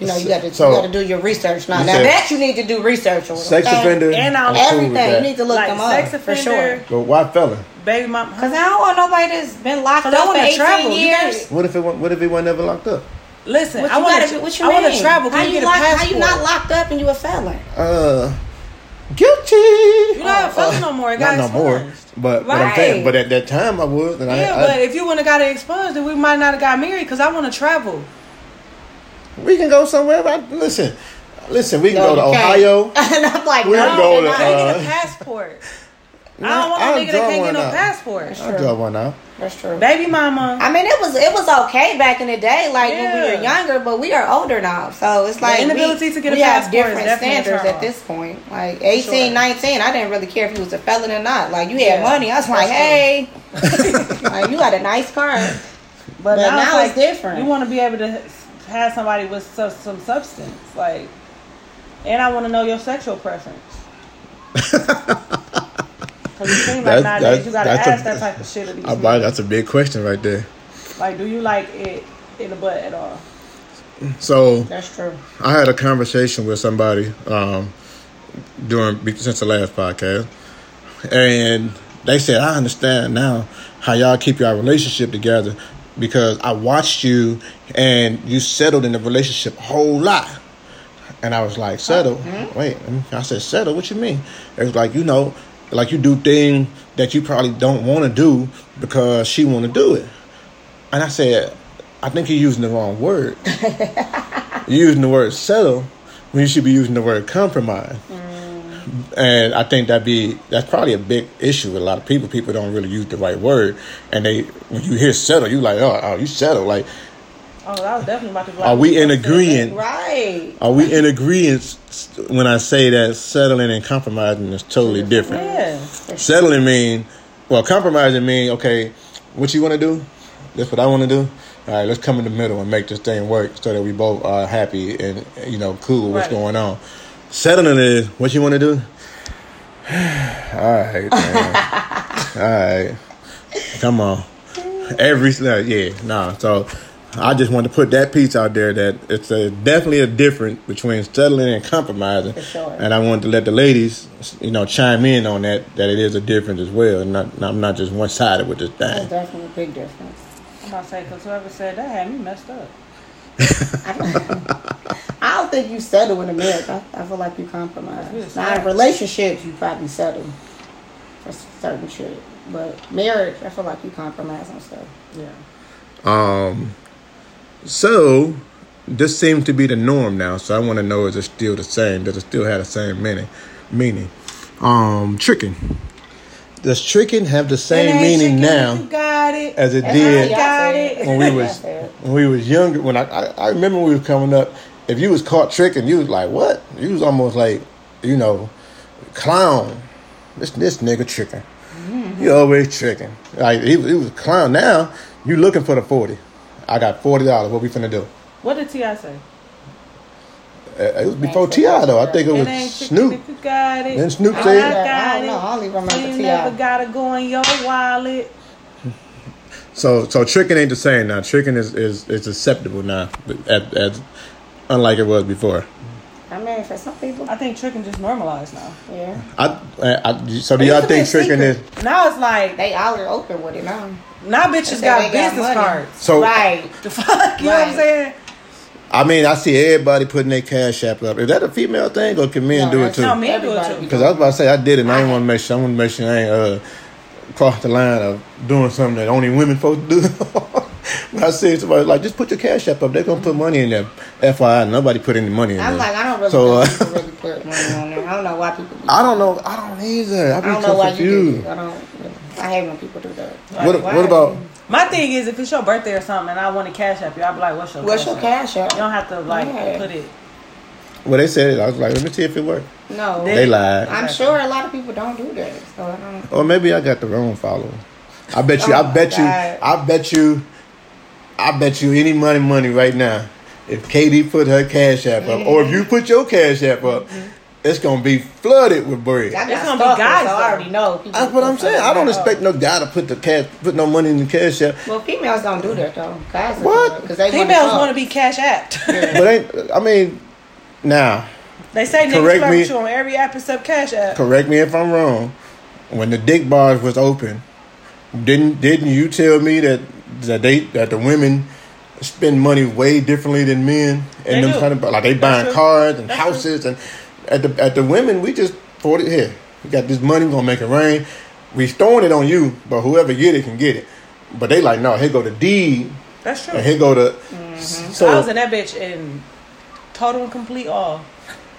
B: You know, you got to
C: So-
B: you got to do your research now.
C: You
B: Now
C: said-
B: that you need to do research on
C: Sex
B: okay?
C: offender.
A: And
C: I'm
A: I'll-
C: cool with
B: Everything you
C: that.
B: need to look
A: Like
B: them up
A: sex
B: for sure.
A: offender.
C: But why, fella?
A: baby mama.
B: Cause I don't want nobody that's been locked
A: Cause I
B: up for
A: wanna
B: eighteen
A: travel. You
B: years.
C: What if it? wa- What if it wasn't ever locked up?
A: Listen,
B: What
A: I
B: you
A: want
B: gotta
A: to.
B: be- what you
A: I want
B: mean?
A: to travel. Can
B: How
A: you,
B: you
A: get
B: lock,
A: a passport?
B: how you not locked up and you a felon?
C: Uh, guilty.
A: You're not a
B: Oh.
A: felon no more. It
C: Not
A: got
C: no more.
A: expunged.
C: But, but I'm saying,
B: Right.
C: but at that time I was, and I,
A: Yeah,
C: I-
A: but if you wouldn't have got it expunged, then we might not have got married. Because I want to travel.
C: we can go somewhere. But listen, listen, we can go to
B: you can't.
C: Ohio.
B: [laughs] and I'm like,
C: We're
B: no,
C: going
B: you're not.
C: to,
A: Can't
C: Uh,
A: get a passport. I
C: Nah,
A: don't want no
C: I'll
A: nigga that
C: draw
A: can't get
C: one
A: no
C: out.
A: passport.
C: I draw one out.
B: that's true.
A: Baby mama.
B: I mean, it was it was okay back in the day, like when we
A: Yeah.
B: were younger, but we are older now, so it's like
A: inability
B: we,
A: to get a
B: we have
A: passport is
B: different
A: definitely a
B: standards
A: turn
B: at
A: off.
B: this point. Like 18,
A: Sure.
B: 19, I didn't really care if you was a felon or not. Like you
A: Yeah.
B: had money, I was
A: [laughs]
B: like, hey, like you got a nice car. But now it's different.
A: You want to be able to have somebody with su- some substance, like, and I want to know your sexual
C: [laughs]
A: preference. Because it seems
C: That's-
A: like nowadays
C: that's-
A: you gotta
C: that's a-
A: ask that type of shit of these
C: I buy.
A: niggas.
C: That's a big question right there.
A: Like, do you like it in the butt at all?
C: So
B: That's true.
C: I had a conversation with somebody um, during since the last podcast, and they said, "I understand now how y'all keep your relationship together because I watched you and you settled in the relationship a whole lot." And I was like, "Settle? Wait." I said, "Settle? What you mean?" It was like you know, like you do things that you probably don't want to do because she want to do it. And I said, "I think you're using the wrong word." You're using the word settle when you should be using the word compromise. And I think that be that's probably a big issue with a lot of people. People don't really use the right word, and they when you hear settle, you like oh, oh you settle. Like
A: Oh, that was definitely about to. be like,
C: are we in
A: I'm saying that.
C: agreement?
B: Right.
C: Are we in agreement when I say that settling and compromising is totally different?
A: Yeah.
C: Settling mean, well, compromising mean okay, what you want to do, that's what I want to do. All right, let's come in the middle and make this thing work so that we both are happy and you know cool with what's
A: Right.
C: going on. Settling is what you want to do. [sighs] All right, man.
B: [laughs]
C: all right, come on. Every uh, yeah, nah. So I just want to put that piece out there that it's a, definitely a difference between settling and compromising.
B: For sure.
C: And I wanted to let the ladies, you know, chime in on that that it is a difference as well. And not, I'm not just one sided with this
B: That's
C: thing.
B: definitely a big difference.
A: I'm about to say because whoever said that had me messed up.
B: I don't- think you settle in America. I, I feel like you compromise. Now, in relationships, you probably settle for certain shit. But marriage, I feel like you compromise on stuff.
A: Yeah.
C: Um, so this seems to be the norm now. So I want to know: is it still the same? Does it still have the same meaning? Meaning, um, chicken. Does chicken have the
A: It
C: same
A: ain't
C: meaning
A: chicken,
C: now
A: You got it.
C: as it
B: That's
C: did
B: how
A: Got
B: y'all
A: it.
B: say
C: when we
A: [laughs]
C: was when we was younger? When I, I I remember when we was coming up, if you was caught tricking, you was like what? You was almost like you know, clown. This this nigga tricking.
A: Mm-hmm.
C: You always tricking. Like he, was- he was a clown. Now you looking for the forty. I got forty dollars. What we finna do?
A: What did Ti say?
C: Uh, It was before Ti though. I think it
A: It
C: was
A: ain't Uh-huh. chicken
C: Snoop.
A: if you got it.
C: Then Snoop
A: I
C: said-
A: got
B: I don't know. I only remember
A: it. You
B: T.I..
A: never gotta go in your wallet.
C: So so tricking ain't the same now. Tricking is is, is acceptable now, but as, as unlike it was before.
B: I mean, for some people,
A: I think tricking just normalized now.
B: yeah,
C: I, I, I so do
A: It
C: y'all
A: used to be
C: think
A: a
C: tricking is
A: secret. Now it's like
B: they all are open with it now.
A: now bitches
B: They
A: got
B: got
A: business
B: money.
A: cards.
C: so?
B: right.
A: The fuck, you know what I'm
B: Right.
A: saying?
C: I mean, I see everybody putting their cash app up. Is that a female thing or can men
B: No,
C: do it
B: that's-
C: too?
A: No, men do it
B: Everybody.
A: too.
C: Because I was about to say I did it, and I didn't want to make sure. I want to make sure I ain't uh, cross the line of doing something that only women supposed to do. [laughs] but I see somebody like just put your cash app up. They're gonna put money in there. FYI, nobody put any money in
B: I'm
C: there.
B: like, I don't really,
C: So,
B: know
C: uh, [laughs]
B: people really put money on there. I don't know why people. Do
C: I don't know. I don't either. I be
B: I don't
C: so
B: know why you
C: confused.
B: do. that. I don't. I hate when people do that.
C: What,
A: Like, why
C: what about?
A: My thing is, if it's your birthday or something, and I want to cash app you, I'll be like, "What's your
B: What's your cash
A: You don't have
B: app?
A: to like
B: Yeah.
A: put it.
C: Well, they said it. I was like, let me see if it worked.
B: No,
A: They-
C: They lied.
B: I'm sure a lot of people don't do that. So I don't.
C: Or maybe I got the wrong follower. I bet you.
B: Oh
C: I
B: my
C: bet you.
B: God.
C: I bet you. I bet you any money, money right now. If Katie put her cash app up, or if you put your cash app up,
B: Mm-hmm.
C: it's gonna be flooded with bread.
B: I got
A: It's gonna be
B: stalkers,
A: guys,
B: so
A: though.
B: I already know. people-
C: That's what I'm saying. I don't expect no guy to put the cash, put no money in the cash app.
B: Well, females don't do that though. Guys,
C: What?
B: Because they
A: Females want
B: want
A: to be cash apped.
C: But ain't, I mean, now
A: [laughs] they say niggas
C: Correct
A: flirt
C: me.
A: with you on every app except cash app.
C: correct me if I'm wrong. When the dick bars was open, didn't didn't you tell me that that they that the women spend money way differently than men
A: They
C: and them
A: do.
C: kind of like they
A: That's
C: buying
A: true.
C: cars and
A: That's true.
C: houses and at the at the women we just poured it here. We got this money, we gonna make it rain. We throwing it on you, but whoever get it can get it. But they like no, here go the deed,
A: That's true.
C: and here go the so
A: Mm-hmm. I was in that bitch and total and complete all.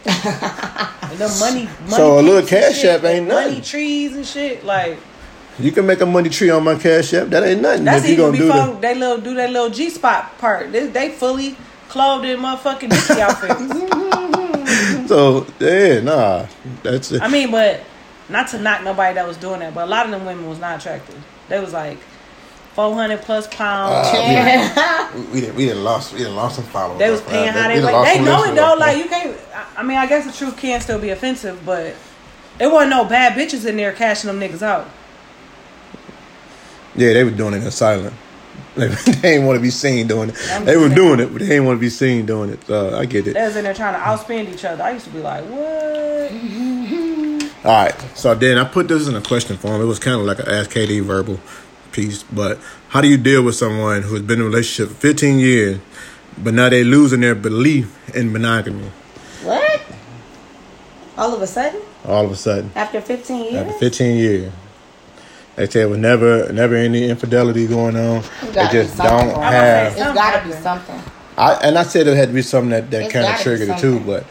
A: and [laughs] the money, money
C: So a
A: trees
C: little
A: and
C: cash
A: shit,
C: app ain't
A: Money
C: nothing.
A: trees and shit like
C: you can make a money tree on my cash app. That ain't nothing.
A: that's
C: if you
A: even
C: gonna do the,
A: before they little do their little G spot part. They, they fully clothed in motherfucking
C: [laughs]
A: Dickie outfits.
C: So yeah, nah, that's it.
A: I mean, but not to knock nobody that was doing that, but a lot of them women was not attractive. They was like four hundred plus pounds.
C: Uh,
B: to.
C: we, we didn't we didn't lost we didn't lost some followers.
A: They was paying how they like. They know it though. Like you can't. I- I mean, I guess the truth can still be offensive, but there wasn't no bad bitches in there cashing them niggas out.
C: yeah, they were doing it in silent. [laughs] They, they ain't want to be seen doing it.
A: I'm
C: They were
A: just
C: doing it, but they ain't want to be seen doing it. Uh, I get it.
A: They was in there trying to outspend each other. I used to be like, what?
C: All right. So then I put this in a question form. It was kind of like an ask KD verbal piece, but how do you deal with someone who's been in a relationship for 15 years, but now they losing their belief in monogamy
B: [laughs] what? All of a sudden,
C: all of a sudden?
B: after 15 years,
C: After 15 years. They said it was never, never any infidelity going on.
B: You
C: They
B: gotta
C: just
B: be something
C: don't
B: wrong.
C: have.
B: it's gotta be something.
C: I and I said it had to be something that, that
B: It's
C: kind of
B: gotta be
C: triggered it too.
B: something.
C: But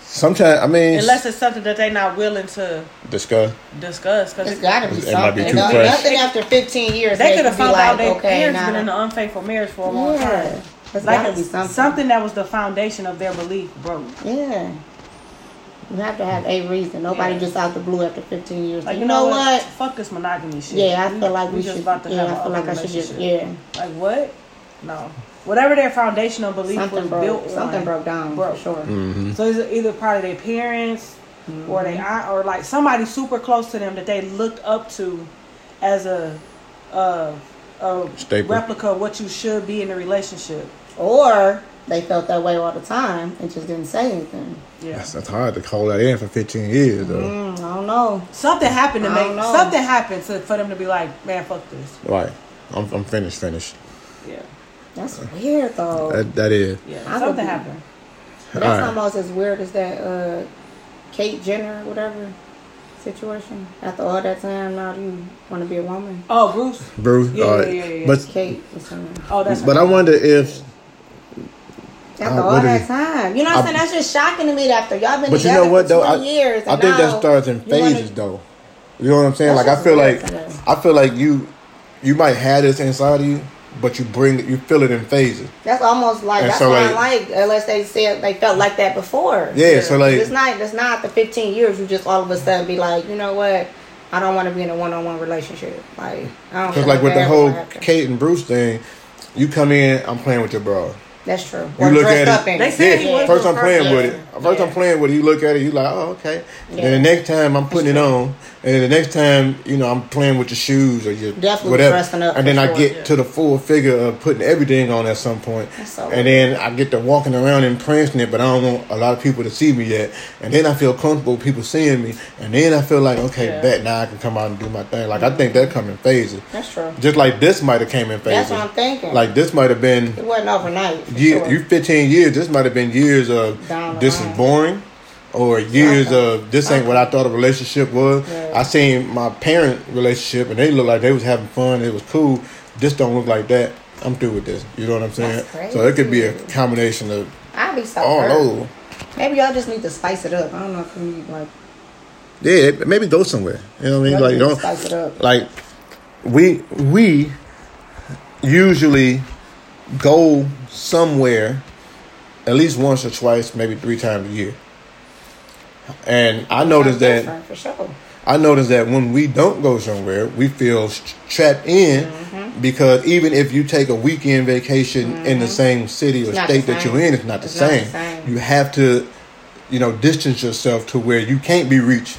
C: sometimes, I mean,
A: Unless it's something that they not willing to
C: discuss.
A: discuss. Cause
B: It's gotta be
C: It
B: something.
C: might be too
B: No-
C: fresh.
B: Nothing after 15 years.
A: they
B: make
A: could have
B: you be
A: found
B: like,
A: out their
B: okay,
A: parents
B: nah,
A: been in
B: nah.
A: an unfaithful marriage for a long
B: Yeah.
A: time.
B: It's
A: Like
B: gotta be
A: it's something.
B: something.
A: that was the foundation of their belief broke.
B: Yeah. You have to have a reason. Nobody
A: Yeah.
B: just out the blue after 15 years.
A: Like
B: you know what?
A: Fuck this monogamy shit.
B: Yeah, I feel like we,
A: we
B: should.
A: just about to
B: yeah,
A: have
B: I
A: a
B: feel like I should
A: relationship.
B: just. Yeah,
A: Like what? No. Whatever their foundational belief
B: something
A: was
B: broke.
A: built
B: Something
A: on.
B: broke down
A: Broke.
B: for sure.
A: So it's either probably their parents
B: Mm-hmm.
A: or they aunt or like somebody super close to them that they looked up to as a a, a
C: Staple.
A: replica of what you should be in a relationship.
B: Or they felt that way all the time and just didn't say anything.
A: Yeah.
C: That's, that's hard to call that in for 15 years though.
B: Mm, I don't know.
A: Something happened to
B: I
A: make
B: don't know.
A: something happened to, for them to be like, man, fuck this.
B: Mm-hmm.
C: Right. I'm, I'm finished. Finished.
A: Yeah.
B: That's weird though.
C: That that is.
A: Yeah.
B: I would
A: something
B: be-
A: happened.
B: That's
C: Alright.
B: almost as weird as that uh, Kate Jenner, whatever situation. After all that time, now you want to be a woman.
A: Oh, Bruce.
C: Bruce.
A: Yeah,
C: all
A: yeah,
C: right.
A: yeah, yeah.
C: But
B: Kate um, or something.
A: Oh, that's.
C: but I wonder if.
B: After
C: Uh,
B: all
C: what
B: that
C: is-
B: time, you know what I'm
C: I-
B: saying? That's just shocking to me. that After y'all been
C: But you
B: together
C: know what
B: for
C: though?
B: 20
C: I,
B: years,
C: I
B: and
C: think
B: now
C: that starts in
B: you wanna-
C: phases though. You know what I'm saying?
B: That's
C: Like I
B: just
C: feel
B: weird
C: like
B: to me.
C: I feel like you you might have this inside of you, but you bring it you feel it in phases.
B: That's almost like
C: And
B: that's
C: so,
B: what I
C: like-
B: like. Unless they said they felt like that before.
C: Yeah, so like
B: it's not it's not the 15 years you just all of a sudden be like you know what i don't want to be in a one-on-one relationship like i don't
C: Because
B: feel
C: like with the
B: bad
C: whole
B: about that.
C: Kate and Bruce thing, you come in, I'm playing with your bra.
B: that's true
C: You
B: or
C: look
B: dressed
C: at
B: up
C: it.
B: in
A: They
B: it.
A: said he
B: Yeah.
A: was
C: First I'm
A: first
C: playing with
A: person.
C: it. First I'm
B: Yeah.
C: playing with it. You look at it. You like, oh okay. And
B: Yeah.
C: Then the next time I'm putting it on, and then the next time you know I'm playing with your shoes or your
B: Definitely
C: whatever.
B: dressing up
C: and then
B: for
C: I
B: sure,
C: get
A: yeah.
C: to the full figure of putting everything on at some point.
B: That's so
C: and
B: weird.
C: then I get to walking around and prancing it, but I don't want a lot of people to see me yet. And then I feel comfortable with people seeing me. And then I feel like okay,
A: Yeah.
C: bet now I can come out and do my thing. Like I think that come in phases.
B: that's true
C: Just like this might have came in phases.
B: that's what i'm thinking like
C: Like this might have been
B: it wasn't overnight for
C: year,
B: sure.
C: you 15 years. This might have been years of
B: Down the
C: this is
B: line.
C: boring, or years
B: Something.
C: of this ain't what I thought a relationship was.
B: Yeah.
C: I seen my parent relationship and they looked like they was having fun. It was cool. This don't look like that. I'm through with this. You know what I'm saying?
B: That's
C: So it could be a
B: crazy.
C: combination of
B: i'd be so
C: all
B: hurt.
C: over.
B: maybe y'all just need to spice it up i don't know if you need like
C: Yeah, it- maybe go somewhere. You know what I mean?
B: y'all
C: Like
B: need to
C: don't
B: spice it up
C: like we we usually go somewhere at least once or twice, maybe three times a year. And I noticed
B: That's
C: that
B: different, for sure
C: I noticed that when we don't go somewhere, we feel st- trapped in
B: Mm-hmm.
C: because even if you take a weekend vacation in the same city or
B: It's not
C: state
B: the
C: that
B: same.
C: you're in, it's not the,
B: It's not the
C: same.
B: same.
C: You have to, you know, distance yourself to where you can't be reached.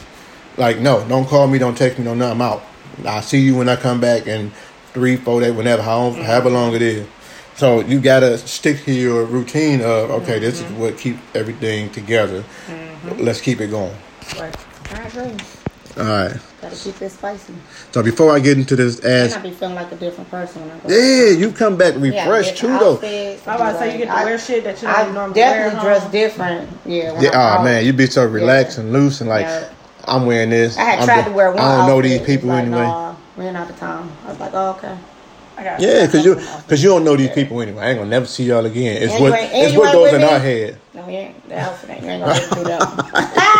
C: Like, no, don't call me, don't text me, no, no, I'm out. I'll see you when I come back in three, four days, whenever, how, however
B: Mm-hmm.
C: long it is. So you gotta stick to your routine of okay, this
B: Mm-hmm.
C: is what keep everything together. Let's keep it going.
A: Right.
B: i agree
C: All right.
B: gotta keep it spicy
C: So before I get into this
B: and i
C: ass,
B: be feeling like a different person when i go
C: yeah, you come back
B: Yeah,
C: refreshed too
B: different
C: though.
B: outfits,
A: I was about to say you get
B: like,
A: to
B: I-
A: wear shit that you don't
B: I
A: normally wear.
B: definitely
A: huh?
B: dress different. Yeah. when
C: Yeah,
B: I'm
C: oh
B: out.
C: man, you be so relaxed and loose and like
B: Yeah.
C: I'm wearing this.
B: I had
C: I'm
B: tried
C: the-
B: to wear one.
C: I don't know these
B: outfit. It's
C: people
B: like,
C: anyway.
B: Nah, we're not the time. I was like, oh okay.
A: I got
C: Yeah,
B: [laughs]
C: cause you, cause you don't know these people anyway. I ain't gonna never see y'all again. It's what,
B: Anyway-
C: it's what
B: anyway,
C: goes in
B: women-
C: our head.
B: No, you ain't, the outfit ain't, you ain't gonna do that.
C: [laughs]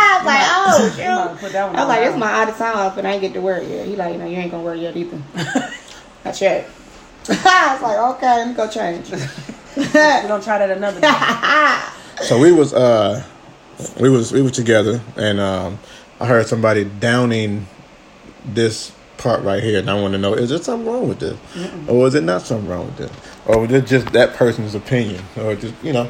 B: [laughs] one. I was like,
A: I'm
B: oh
A: about to
B: shoot.
A: put that
B: I
A: one
B: was
A: on
B: like,
A: now.
B: it's my out of town outfit. I ain't get to wear it yet. He like, you know, you ain't gonna wear it yet
C: [laughs]
B: either. I checked. [laughs] I was like, okay, let me go
C: [laughs]
B: change. [laughs]
A: We don't try that another day.
C: So we was, uh, we was, we was together, and um, I heard somebody downing this part right here, and I want to know: is there something wrong with this, or is it not something wrong with this, or was it just that person's opinion, or just you know,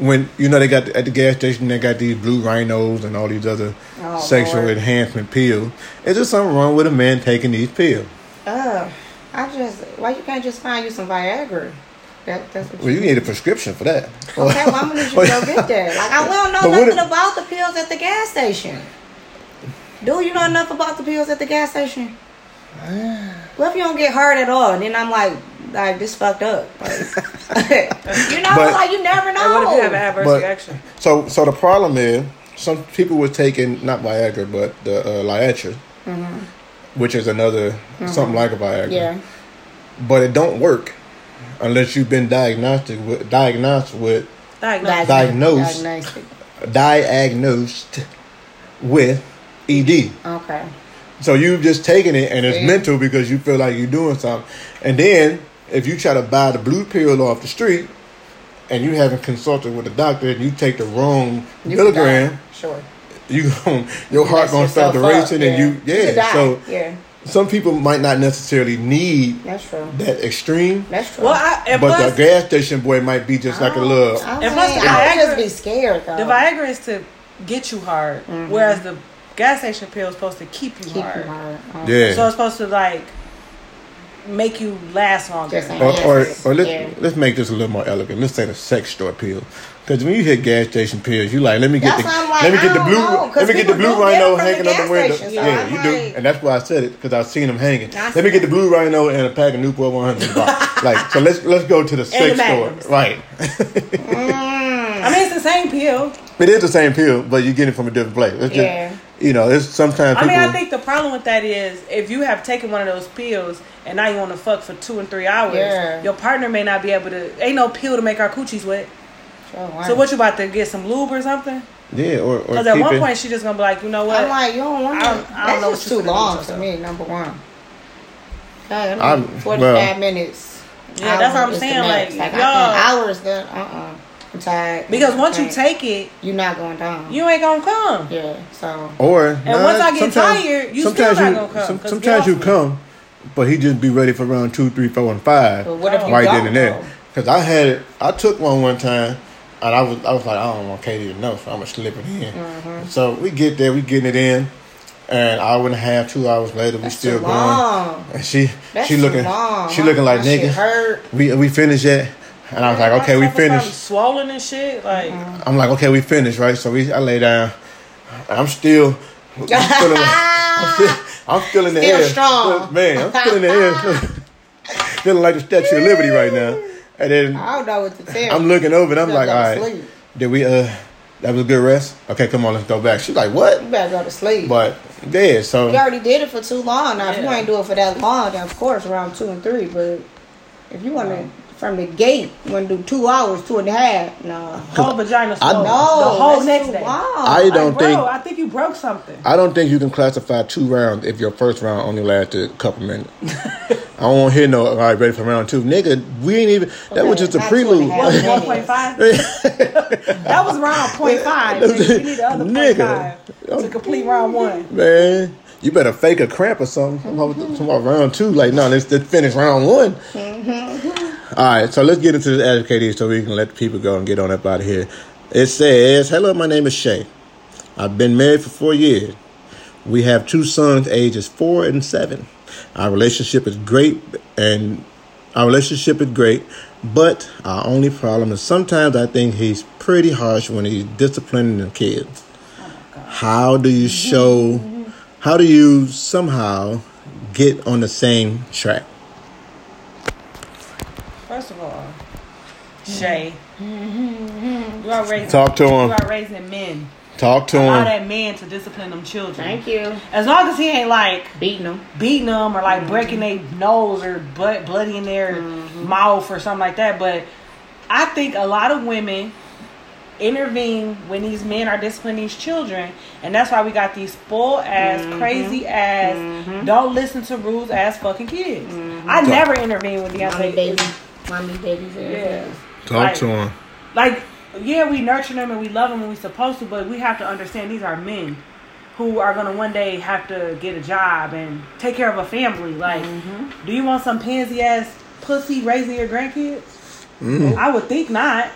C: when you know they got at the gas station they got these blue rhinos and all these other
B: Oh,
C: sexual
B: Lord.
C: enhancement pills. Is there something wrong with a man taking these pills?
B: oh, I just why you can't just find you some Viagra? That, that's what
C: Well, you need a prescription for that.
B: Okay, well, I'm gonna let you go get
C: [laughs]
B: that. Like, I don't know
C: But what
B: nothing
C: if-
B: about the pills at the gas station. Do you know enough about the pills at the gas
C: [sighs]
B: station? What if you don't get hard at all? And then I'm like, like [laughs] this fucked up. Like, you know,
C: But-
B: like you never
A: And what if you have an
B: know.
A: adverse
C: But-
A: reaction?
C: So, so the problem is, some people were taking not Viagra, but the uh, Liatra, which is another something like a Viagra.
B: Mm-hmm. Yeah,
C: But it don't work unless you've been diagnostic with diagnosed with
A: Diagnosed.
C: Diagnosed.
B: Diagnosed.
C: diagnosed with ED.
B: Okay.
C: So you've just taken it and it's
B: Yeah.
C: mental because you feel like you're doing something. And then if you try to buy the blue pill off the street and you haven't consulted with a doctor and you take the wrong
B: You can
C: milligram.
B: die. Sure.
C: you [laughs] gon' your heart
B: Mess
C: gonna start
B: yourself up,
C: racing and you
B: You
C: yeah
B: could die.
C: so
B: yeah,
C: some people might not necessarily need
B: that's true.
C: that extreme
B: That's true.
A: Well, I, and
C: but
A: plus,
C: the gas station boy might be just like a little
B: I,
A: And
B: mean,
A: plus the
B: I would
A: Viagra-
B: just be scared though.
A: the Viagra is to get you hard, whereas the gas station pill is supposed to keep you,
B: Mm-hmm. Keep um, you
A: hard.
B: hard. Okay.
C: yeah
A: So it's supposed to like make you last longer.
B: Just
C: or,
B: saying.
C: or,
B: Yes.
C: or let's,
B: Yeah.
C: let's make this a little more elegant let's say the sex store pill because when you hit gas station pills you like let me get
B: That's why
C: the
B: I'm like,
C: let me
B: I
C: get the
B: don't
C: blue
B: know, 'cause
C: let me get
B: people
C: the blue
B: do get 'em
C: rhino
B: from the
C: hanging out
B: gas
C: the window
B: station, so
C: yeah
B: I'm
C: you do
B: like-
C: and that's why I said it because I've seen them hanging
B: I
C: let me
B: see
C: get the
B: it.
C: blue rhino and a pack of
B: [laughs]
C: Newport 100 box. like so let's let's go to
A: And
C: the
A: the
C: sex store
A: Magnums.
C: right
B: Mm.
A: I mean, it's the same pill.
C: It is the same pill, but you get it from a different place. It's just,
B: Yeah.
C: You know, it's sometimes.
A: I
C: People,
A: mean, I think the problem with that is if you have taken one of those pills and now you want to fuck for two and three hours,
B: Yeah.
A: your partner may not be able to. Ain't no pill to make our coochies wet.
B: Oh, wow.
A: So what you about to get some lube or something?
C: Yeah, or, or
A: Because at
C: keep
A: one
C: it-
A: point she just gonna be like, you know what?
B: I'm like, you don't want
A: I
B: that.
A: don't- I don't
B: That's
A: know
B: just
A: what you
B: too
A: finna do
B: long
A: with
B: for
A: yourself.
B: me, number one. God, I
C: I'm-
B: mean, 45
C: well-
B: minutes.
A: Yeah, that's what
B: Hour
A: I'm
B: is the
A: saying,
B: max.
A: like,
B: I can't-
A: y'all-
B: hours, then, uh-uh. I'm tired.
A: because
B: I
A: once you
B: can't.
A: take it,
B: You're not going down.
A: you ain't gonna come.
B: yeah, so.
C: Or
A: And once I get tired, you still not gonna come, 'cause
C: sometimes
A: get
C: you
A: off me.
C: come, but he just be ready for round two, three, four, and five.
B: But what if you
C: right
B: don't,
C: then and there?
B: though?
C: Because I had it. I took one one time, and I was I was like, I don't want Katie to know, so I'm gonna slip it in.
A: Mm-hmm.
C: So we get there, we getting it in, and hour and a half, two hours later, we still
B: too
C: going.
B: long.
C: And she
B: That's
C: she
B: too
C: looking
B: long.
C: she looking like
B: My shit
C: nigga.
B: hurt.
C: We we finished yet, and I was like,
A: My
C: okay, we
A: stuff was probably
C: finished.
A: Swollen and shit. Like
B: Mm-hmm.
C: I'm like, okay, we finished, right? So we, I lay down. I'm still, [laughs] I'm still in, I'm still, [laughs] I'm still in the
B: Still
C: air.
B: strong.
C: Still- man, I'm still in the air. Feeling like the Statue of Liberty right now. And
B: [laughs]
C: then
B: I don't know what to tell.
C: I'm looking over and I'm
B: You
C: like, all
B: gotta
C: right,
B: go to sleep.
C: did we, uh, that was a good rest? Okay, come on, let's go back. She's like, what?
B: You better go to sleep.
C: But, yeah, so,
B: you already did it for too long. Now, if you
A: Yeah.
B: ain't do it for that long, then of course around two and three. But if you want to from the gate, you want to do two hours, two and a half. No,
A: whole vagina
C: I-
A: swollen.
B: no,
A: Oh, the whole
B: that's
A: next
B: too
A: day.
B: long.
C: I
A: Like,
C: don't
A: bro,
C: think,
A: I think you broke
C: [laughs]
A: something.
C: I don't think you can classify two rounds if your first round only lasted a couple minutes. I don't want to hear no, all right, ready for round two. Nigga, we ain't even, that was
B: Okay,
C: just a
B: not two and a
C: prelude.
B: half
A: That was
B: Yes.
A: one point
C: [laughs]
A: five. that was round point five. nigga. You need the other point
C: [laughs] Nigga.
A: five to complete round one.
C: Man, you better fake a cramp or something. Come up with- come up round two. Like, no, let's, let's finish round one. All right, so let's get into this Ask KD so we can let the people go and get on up out of here. It says, Hello, my name is Shay. I've been married for four years. We have two sons, ages four and seven. Our relationship is great, and our relationship is great, but our only problem is sometimes I think he's pretty harsh when he's disciplining the kids how do you show how do you somehow get on the same track
A: First of all, Shay, you are raising
C: Talk to him.
A: You are raising men.
C: talk to
A: Allow
C: him
A: that man to discipline them children.
B: thank you.
A: As long as he ain't like
B: Beating them.
A: beating them or like breaking their nose or blood, bloody in their mouth or something like that. But I think a lot of women intervene when these men are disciplining these children, and that's why we got these spoiled ass, crazy ass, don't listen to rules ass fucking kids. I never intervene with the
B: Mommy,
A: young
B: baby, mommy, baby.
A: Yeah.
C: talk to him
A: Like, yeah, we nurture them and we love them and we supposed to, but we have to understand these are men who are gonna one day have to get a job and take care of a family. Like,
B: Mm-hmm.
A: do you want some pansy ass pussy raising your grandkids? I would think not.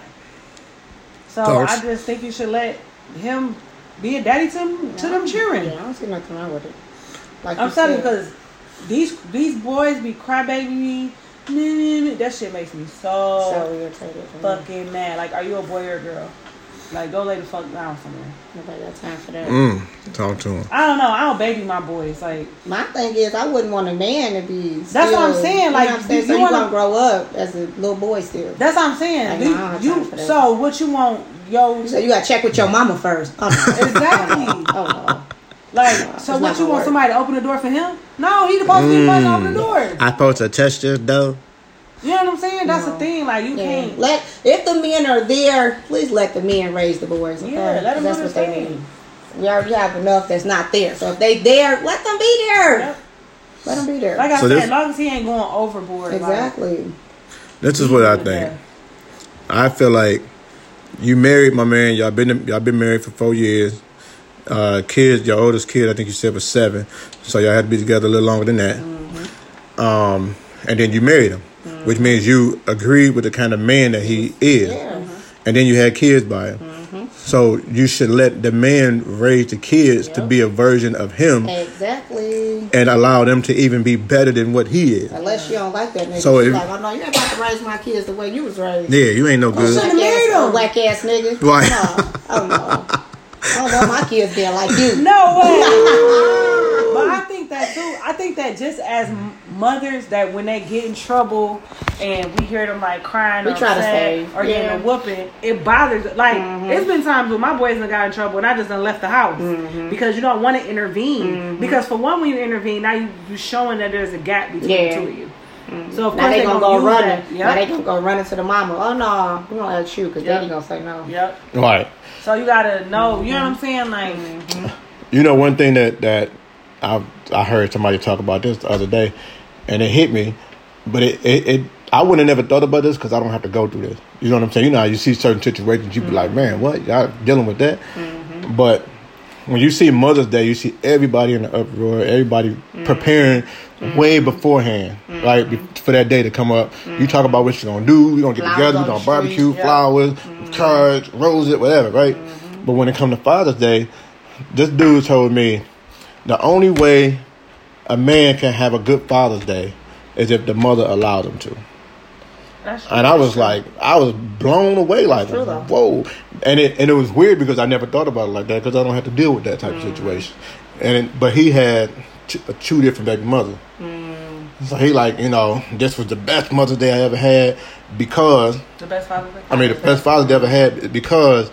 A: So
C: Thoughts?
A: I just think you should let him be a daddy to them, to them children.
B: Yeah, I don't see nothing wrong with it. Like
A: I'm
B: you
A: telling you,
B: said,
A: because these these boys be crybaby. That shit makes me uh,
B: it's so irritated. for me.
A: fucking mad. Like, are you a boy or a girl? Like, go lay the fuck down somewhere.
B: Nobody got time for that.
C: mm, talk to him
A: I don't know. I don't baby my boys. Like,
B: My thing is, I wouldn't want a man to be.
A: That's what I'm
B: still-
A: saying,
B: you know
A: like,
B: what I'm saying?
A: you
B: so you
A: wanna-
B: gonna grow up as a little boy still.
A: that's what I'm saying.
B: Like,
A: You-
B: I don't have
A: you,
B: time for that.
A: so what you want,
B: [laughs]
A: yo?
B: So you gotta check with your mama first. Oh,
A: [laughs]
B: no.
A: Exactly.
B: Oh, no.
A: Like, so
B: not
A: what you want
B: gonna work. Mm.
A: somebody to open the door for him? No, he supposed to be the person to open the door.
C: i supposed to touch this though
A: You know what I'm saying? That's
B: No.
A: the thing. Like, you
B: Yeah.
A: can't.
B: Let if the men are there, please let the men raise the boys. Okay?
A: yeah, let
B: 'Cause
A: him
B: that's
A: do
B: what
A: his
B: they need.
A: thing.
B: We already have enough that's not there. So if they there, let them be there.
A: Yep.
B: Let them be there.
A: Like I
C: So
A: said,
C: this-
A: as long as he ain't going overboard. like,
B: exactly.
C: this is what i
A: yeah.
C: think i feel like you married my man y'all been y'all been married for four years uh kids your oldest kid i think you said was seven so y'all had to be together a little longer than that um and then you married him which means you agreed with the kind of man that he is
B: Yeah.
C: and then you had kids by him. So you should let the man raise the kids to be a version of him
B: Exactly.
C: and allow them to even be better than what he is.
B: Unless you don't like that nigga.
C: So
B: So
C: if-
B: like, oh no, you ain't about to raise my kids the way you was raised.
C: Yeah, you ain't no good.
A: shouldn't- married him.
B: Whack ass nigga.
C: Right.
B: No. Oh no. I don't want my kids being like you. [laughs]
A: No way. but I think that too. I think that just as m- mothers that when they get in trouble and we hear them like crying
B: We
A: or
B: try to
A: upset
B: save.
A: or
B: Yeah.
A: getting a
B: Mm-hmm.
A: whooping, it bothers. Like it's been times when my boys done got in trouble and I just done left the house
B: Mm-hmm.
A: because you don't want to intervene. Because for one, when you intervene, now you you showing that there's a gap between
B: Yeah. Mm-hmm.
A: the two of you. So of
B: Now
A: course
B: they gonna go
A: use
B: running.
A: that.
B: Now they
A: Yep.
B: gonna go running to the mama. Oh no, we gonna let you because
A: Yep.
B: daddy gonna say no.
A: Yep.
C: Right.
A: So you gotta know. You know what I'm saying?
B: Mm-hmm.
A: Like
C: Mm-hmm. You know, one thing that that I I heard somebody talk about this the other day, and it hit me, but it it, it I wouldn't have never thought about this because I don't have to go through this. You know what I'm saying? You know, how you see certain situations, you be like, man, what y'all dealing with that? But when you see Mother's Day, you see everybody in the uproar, everybody
B: Mm.
C: preparing way beforehand, right, be- for that day to come up. You talk about what you're gonna do, you're gonna get
B: Mm. Flowers
C: together,
B: on
C: you're
B: the
C: gonna
B: Mm.
C: barbecue,
B: street,
A: yeah.
C: flowers, cards, roses, whatever, right?
B: Mm-hmm.
C: But when it comes to Father's Day, this dude told me the only way a man can have a good Father's Day is if the mother allows him to.
A: that's true.
C: And I was like, I was blown away, like,
A: True, though.
C: whoa. And it and it was weird because I never thought about it like that because I don't have to deal with that type of situation. And it, but he had t- uh, two different baby mothers, so he like, you know, this was the best Mother's Day I ever had because
A: the best father.
C: I mean the best Father's Day I ever had because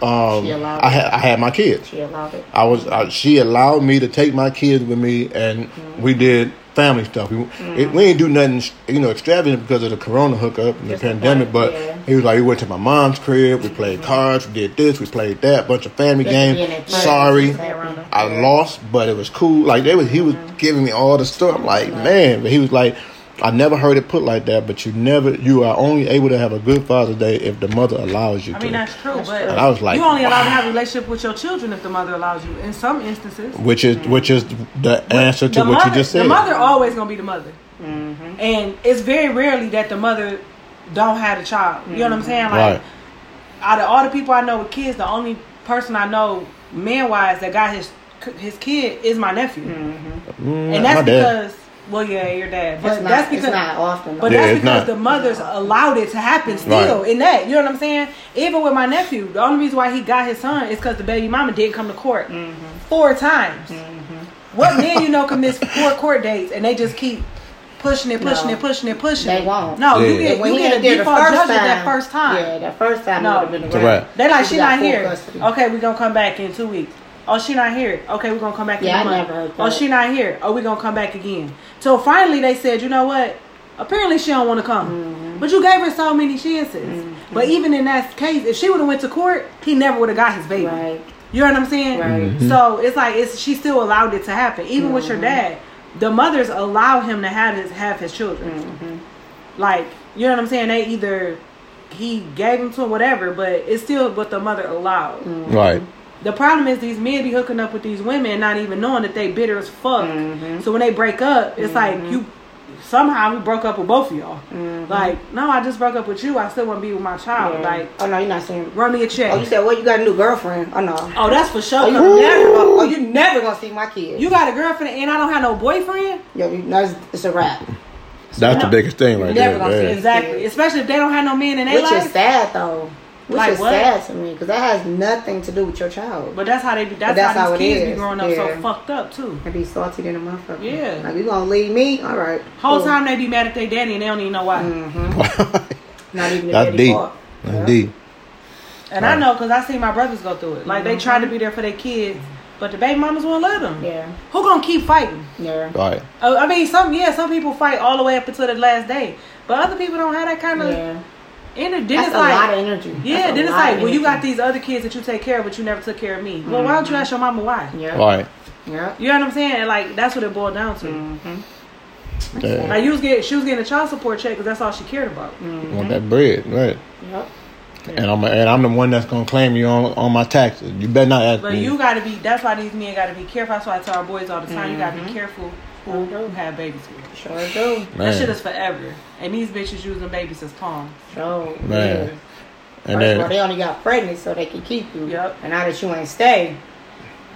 C: um,
B: She allowed
C: I had I had my kids.
B: She allowed it.
C: I was I, she allowed me to take my kids with me, and
A: Mm-hmm.
C: we did family stuff. We, it, we didn't do nothing, you know, extravagant because of the corona hookup and
B: Just
C: the
B: the
C: pandemic.
B: fun,
C: but
B: yeah.
C: he was like, we went to my mom's crib, we played
A: Mm-hmm.
C: cards, we did this, we played that, bunch of family
B: Just being at
C: games.
B: church.
C: Sorry,
B: Just being around them.
C: I lost, but it was cool. Like they was, he was
A: Mm-hmm.
C: giving me all the stuff. I'm like man, but he was like. I never heard it put like that, but you never, you are only able to have a good Father's Day if the mother allows you
A: I
C: to.
A: mean that's true, but
C: And I was like,
A: you only allowed to have a relationship with your children if the mother allows you. In some instances,
C: which is which is the answer to
A: the
C: what
A: mother,
C: you just said.
A: the mother always gonna be the mother,
B: Mm-hmm.
A: and it's very rarely that the mother don't have a child. You know what I'm
B: Mm-hmm.
A: saying? Like
C: Right.
A: out of all the people I know with kids, the only person I know man wise that got his his kid is my nephew, and that's
C: my dad.
A: because well, yeah, your dad, but
B: Mm-hmm. It's not,
A: that's
B: it's
A: because
B: not often.
A: But
C: Yeah,
A: that's
C: it's
A: because
C: not.
A: the mothers allowed it to happen still
C: Right.
A: in that. You know what I'm saying? Even with my nephew, the only reason why he got his son is because the baby mama didn't come to court
B: Mm-hmm.
A: four times. What man you know can miss four court dates and they just keep pushing it, pushing
B: No.
A: it, pushing it, pushing
B: They
A: it?
B: won't.
A: No, you
C: Yeah.
A: get
B: when
A: you
B: he
A: get a
B: ain't there the
A: default
B: first
A: judgment
B: time,
A: that first time.
B: yeah, that first time
A: No.
B: no. would have been
C: Correct.
B: around.
A: They like
B: She Oh,
A: she
B: got
A: not
B: full
A: here.
B: custody.
A: Okay, we gonna come back in two weeks. Oh, she not here. Okay, we gonna come back
B: Yeah,
A: in a
B: I
A: month.
B: never heard
A: oh,
B: that.
A: she not here. Oh, we gonna come back again. So finally, they said, you know what? Apparently, she don't want to come.
B: Mm-hmm.
A: But you gave her so many chances. But even in that case, if she would have went to court, he never would have got his baby.
B: Right.
A: You know what I'm saying?
B: Right.
A: So it's like it's she still allowed it to happen, even with your dad. The mothers allow him to have his have his children. Like you know what I'm saying? They either he gave him to him, whatever, but it's still what the mother allowed.
C: Right.
A: The problem is these men be hooking up with these women, and not even knowing that they bitter as fuck. So when they break up, it's like you somehow we broke up with both of y'all. Like no, I just broke up with you. I still want to be with my child. Like
B: oh no, you're not seeing.
A: run me a check.
B: Oh, you said, well, you got a new girlfriend. Oh no.
A: Oh, that's for sure.
B: Oh, you
A: Come
B: never.
A: back.
B: Oh, you never gonna see my kids.
A: You got a girlfriend and I don't have no boyfriend?
B: Yo, you, no, it's, it's a wrap.
C: That's the
A: No.
C: biggest thing right
B: Never
C: there.
B: gonna
C: yeah.
B: see
A: Exactly. Especially if they don't have no men in their
B: Which
A: life.
B: is sad though. Which
A: Like
B: is
A: what?
B: sad to me because that has nothing to do with your child.
A: But that's how they be that's,
B: But that's
A: how,
B: how
A: these
B: it
A: kids be
B: is.
A: growing up so
B: Yeah.
A: fucked up too.
B: and be salty than a motherfucker.
A: Yeah.
B: Like, you gonna leave me? All right.
A: Whole
B: cool.
A: time they be mad at their daddy and they don't even know why.
B: Mm.
C: [laughs]
B: Not even the
C: That's
B: daddy
C: deep.
B: part.
C: That's
B: Yeah.
C: deep.
A: And I know because I seen my brothers go through it. Like they try to be there for their kids, but the baby mamas won't let them.
B: Mm-hmm. Yeah.
A: Who gonna keep fighting?
B: Yeah.
C: Right.
A: Uh, I mean, some yeah, some people fight all the way up until the last day, but other people don't have that kind of
B: Yeah.
A: energy. Then
B: That's
A: it's
B: a
A: like
B: lot of energy.
A: yeah,
B: That's a
A: then it's
B: lot
A: like
B: of
A: well, you got
B: energy. Mm-hmm.
A: these other kids that you take care of, but you never took care of me. Well, why don't you ask your mama why?
B: Yeah.
C: Right.
B: Yeah.
A: You know what I'm saying? And, Like that's what it boiled down to.
B: Mm. Mm-hmm.
C: Yeah.
A: Like you was getting, she was getting a child support check because that's all she cared about.
B: Mm.
C: Want that bread, right?
B: Yep.
C: And I'm and I'm the one that's gonna claim you on on my taxes. You better not ask
A: But
C: me.
A: you gotta be. That's why these men gotta be careful. That's why I tell our boys all the time. You
B: Mm-hmm.
A: gotta be careful who you have babies with.
B: Sure do.
A: That shit
C: man.
A: is forever. And these bitches using babies as pawns.
B: Sure.
C: Man.
B: Yeah.
C: and
B: First of all,
C: then
B: they only got pregnant so they can keep you.
A: Yep.
B: And now that you ain't stay,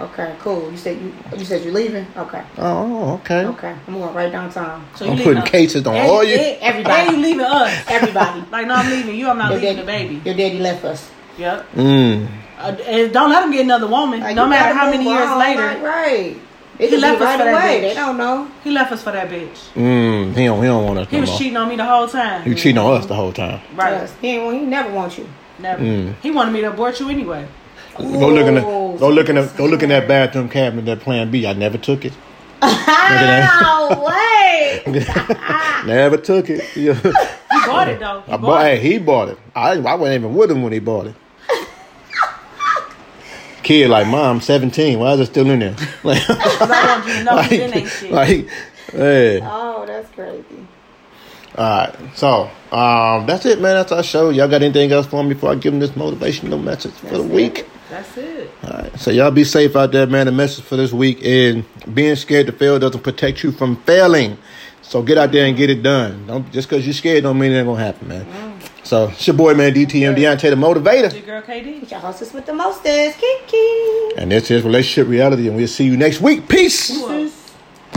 B: okay, cool. You said you you said you leaving. Okay.
C: oh okay.
B: Okay. I'm going right downtown. e,
A: So you
C: I'm
A: leaving
C: putting
A: us.
C: cases on all Oh, you.
B: everybody.
A: And you leaving us.
B: Everybody.
A: [laughs] Like no, I'm leaving you. I'm not
B: your
A: leaving
B: daddy,
A: the baby.
B: Your daddy left us.
A: Yep.
C: Mm.
A: Uh, and don't let them get another woman.
B: Like,
A: no
B: you
A: matter
B: gotta
A: how
B: move
A: many years
B: on,
A: later.
B: like, right. It
A: He
B: could
A: left
B: be
A: us
B: right
A: for that
B: away.
A: bitch.
B: They don't know.
A: He left us for that bitch.
C: Mm, he don't. He don't want us.
A: He
C: no
A: was
C: more.
A: cheating on me the whole time.
C: He was cheating on us the whole time.
A: Right.
B: Yes. He, ain't, he never want you.
A: Never.
C: Mm.
A: He wanted me to abort you anyway.
C: Go look in the.
B: Ooh.
C: Go look in the. Go look in that bathroom cabinet. That Plan B. I never took it.
B: [laughs] No way.
C: [laughs] Never took it. [laughs] Yeah.
A: He bought it though. He
C: Oh. I
A: bought,
C: bought.
A: it.
C: Hey, he bought it. I. I wasn't even with him when he bought it. Kid, like mom, seventeen. Why is it still in there? [laughs] Like,
A: 'Cause I wanted you to know he didn't ain't shit.
C: [laughs] like, hey.
B: Oh, that's crazy.
C: All right. So, um, that's it, man. That's our show. Y'all got anything else for me before I give them this motivational message for the week?
A: That's it.
C: All right. So y'all be safe out there, man. The message for this week is being scared to fail doesn't protect you from failing. So get out there and get it done. Don't just because you're scared don't mean it ain't gonna happen, man.
A: Mm.
C: So it's your boy, man, DTM Deontay the Motivator,
A: Your girl KD.
B: Your hostess with the mostest. Kiki.
C: and this is relationship reality. And we'll see you next week. Peace.
A: Whoa.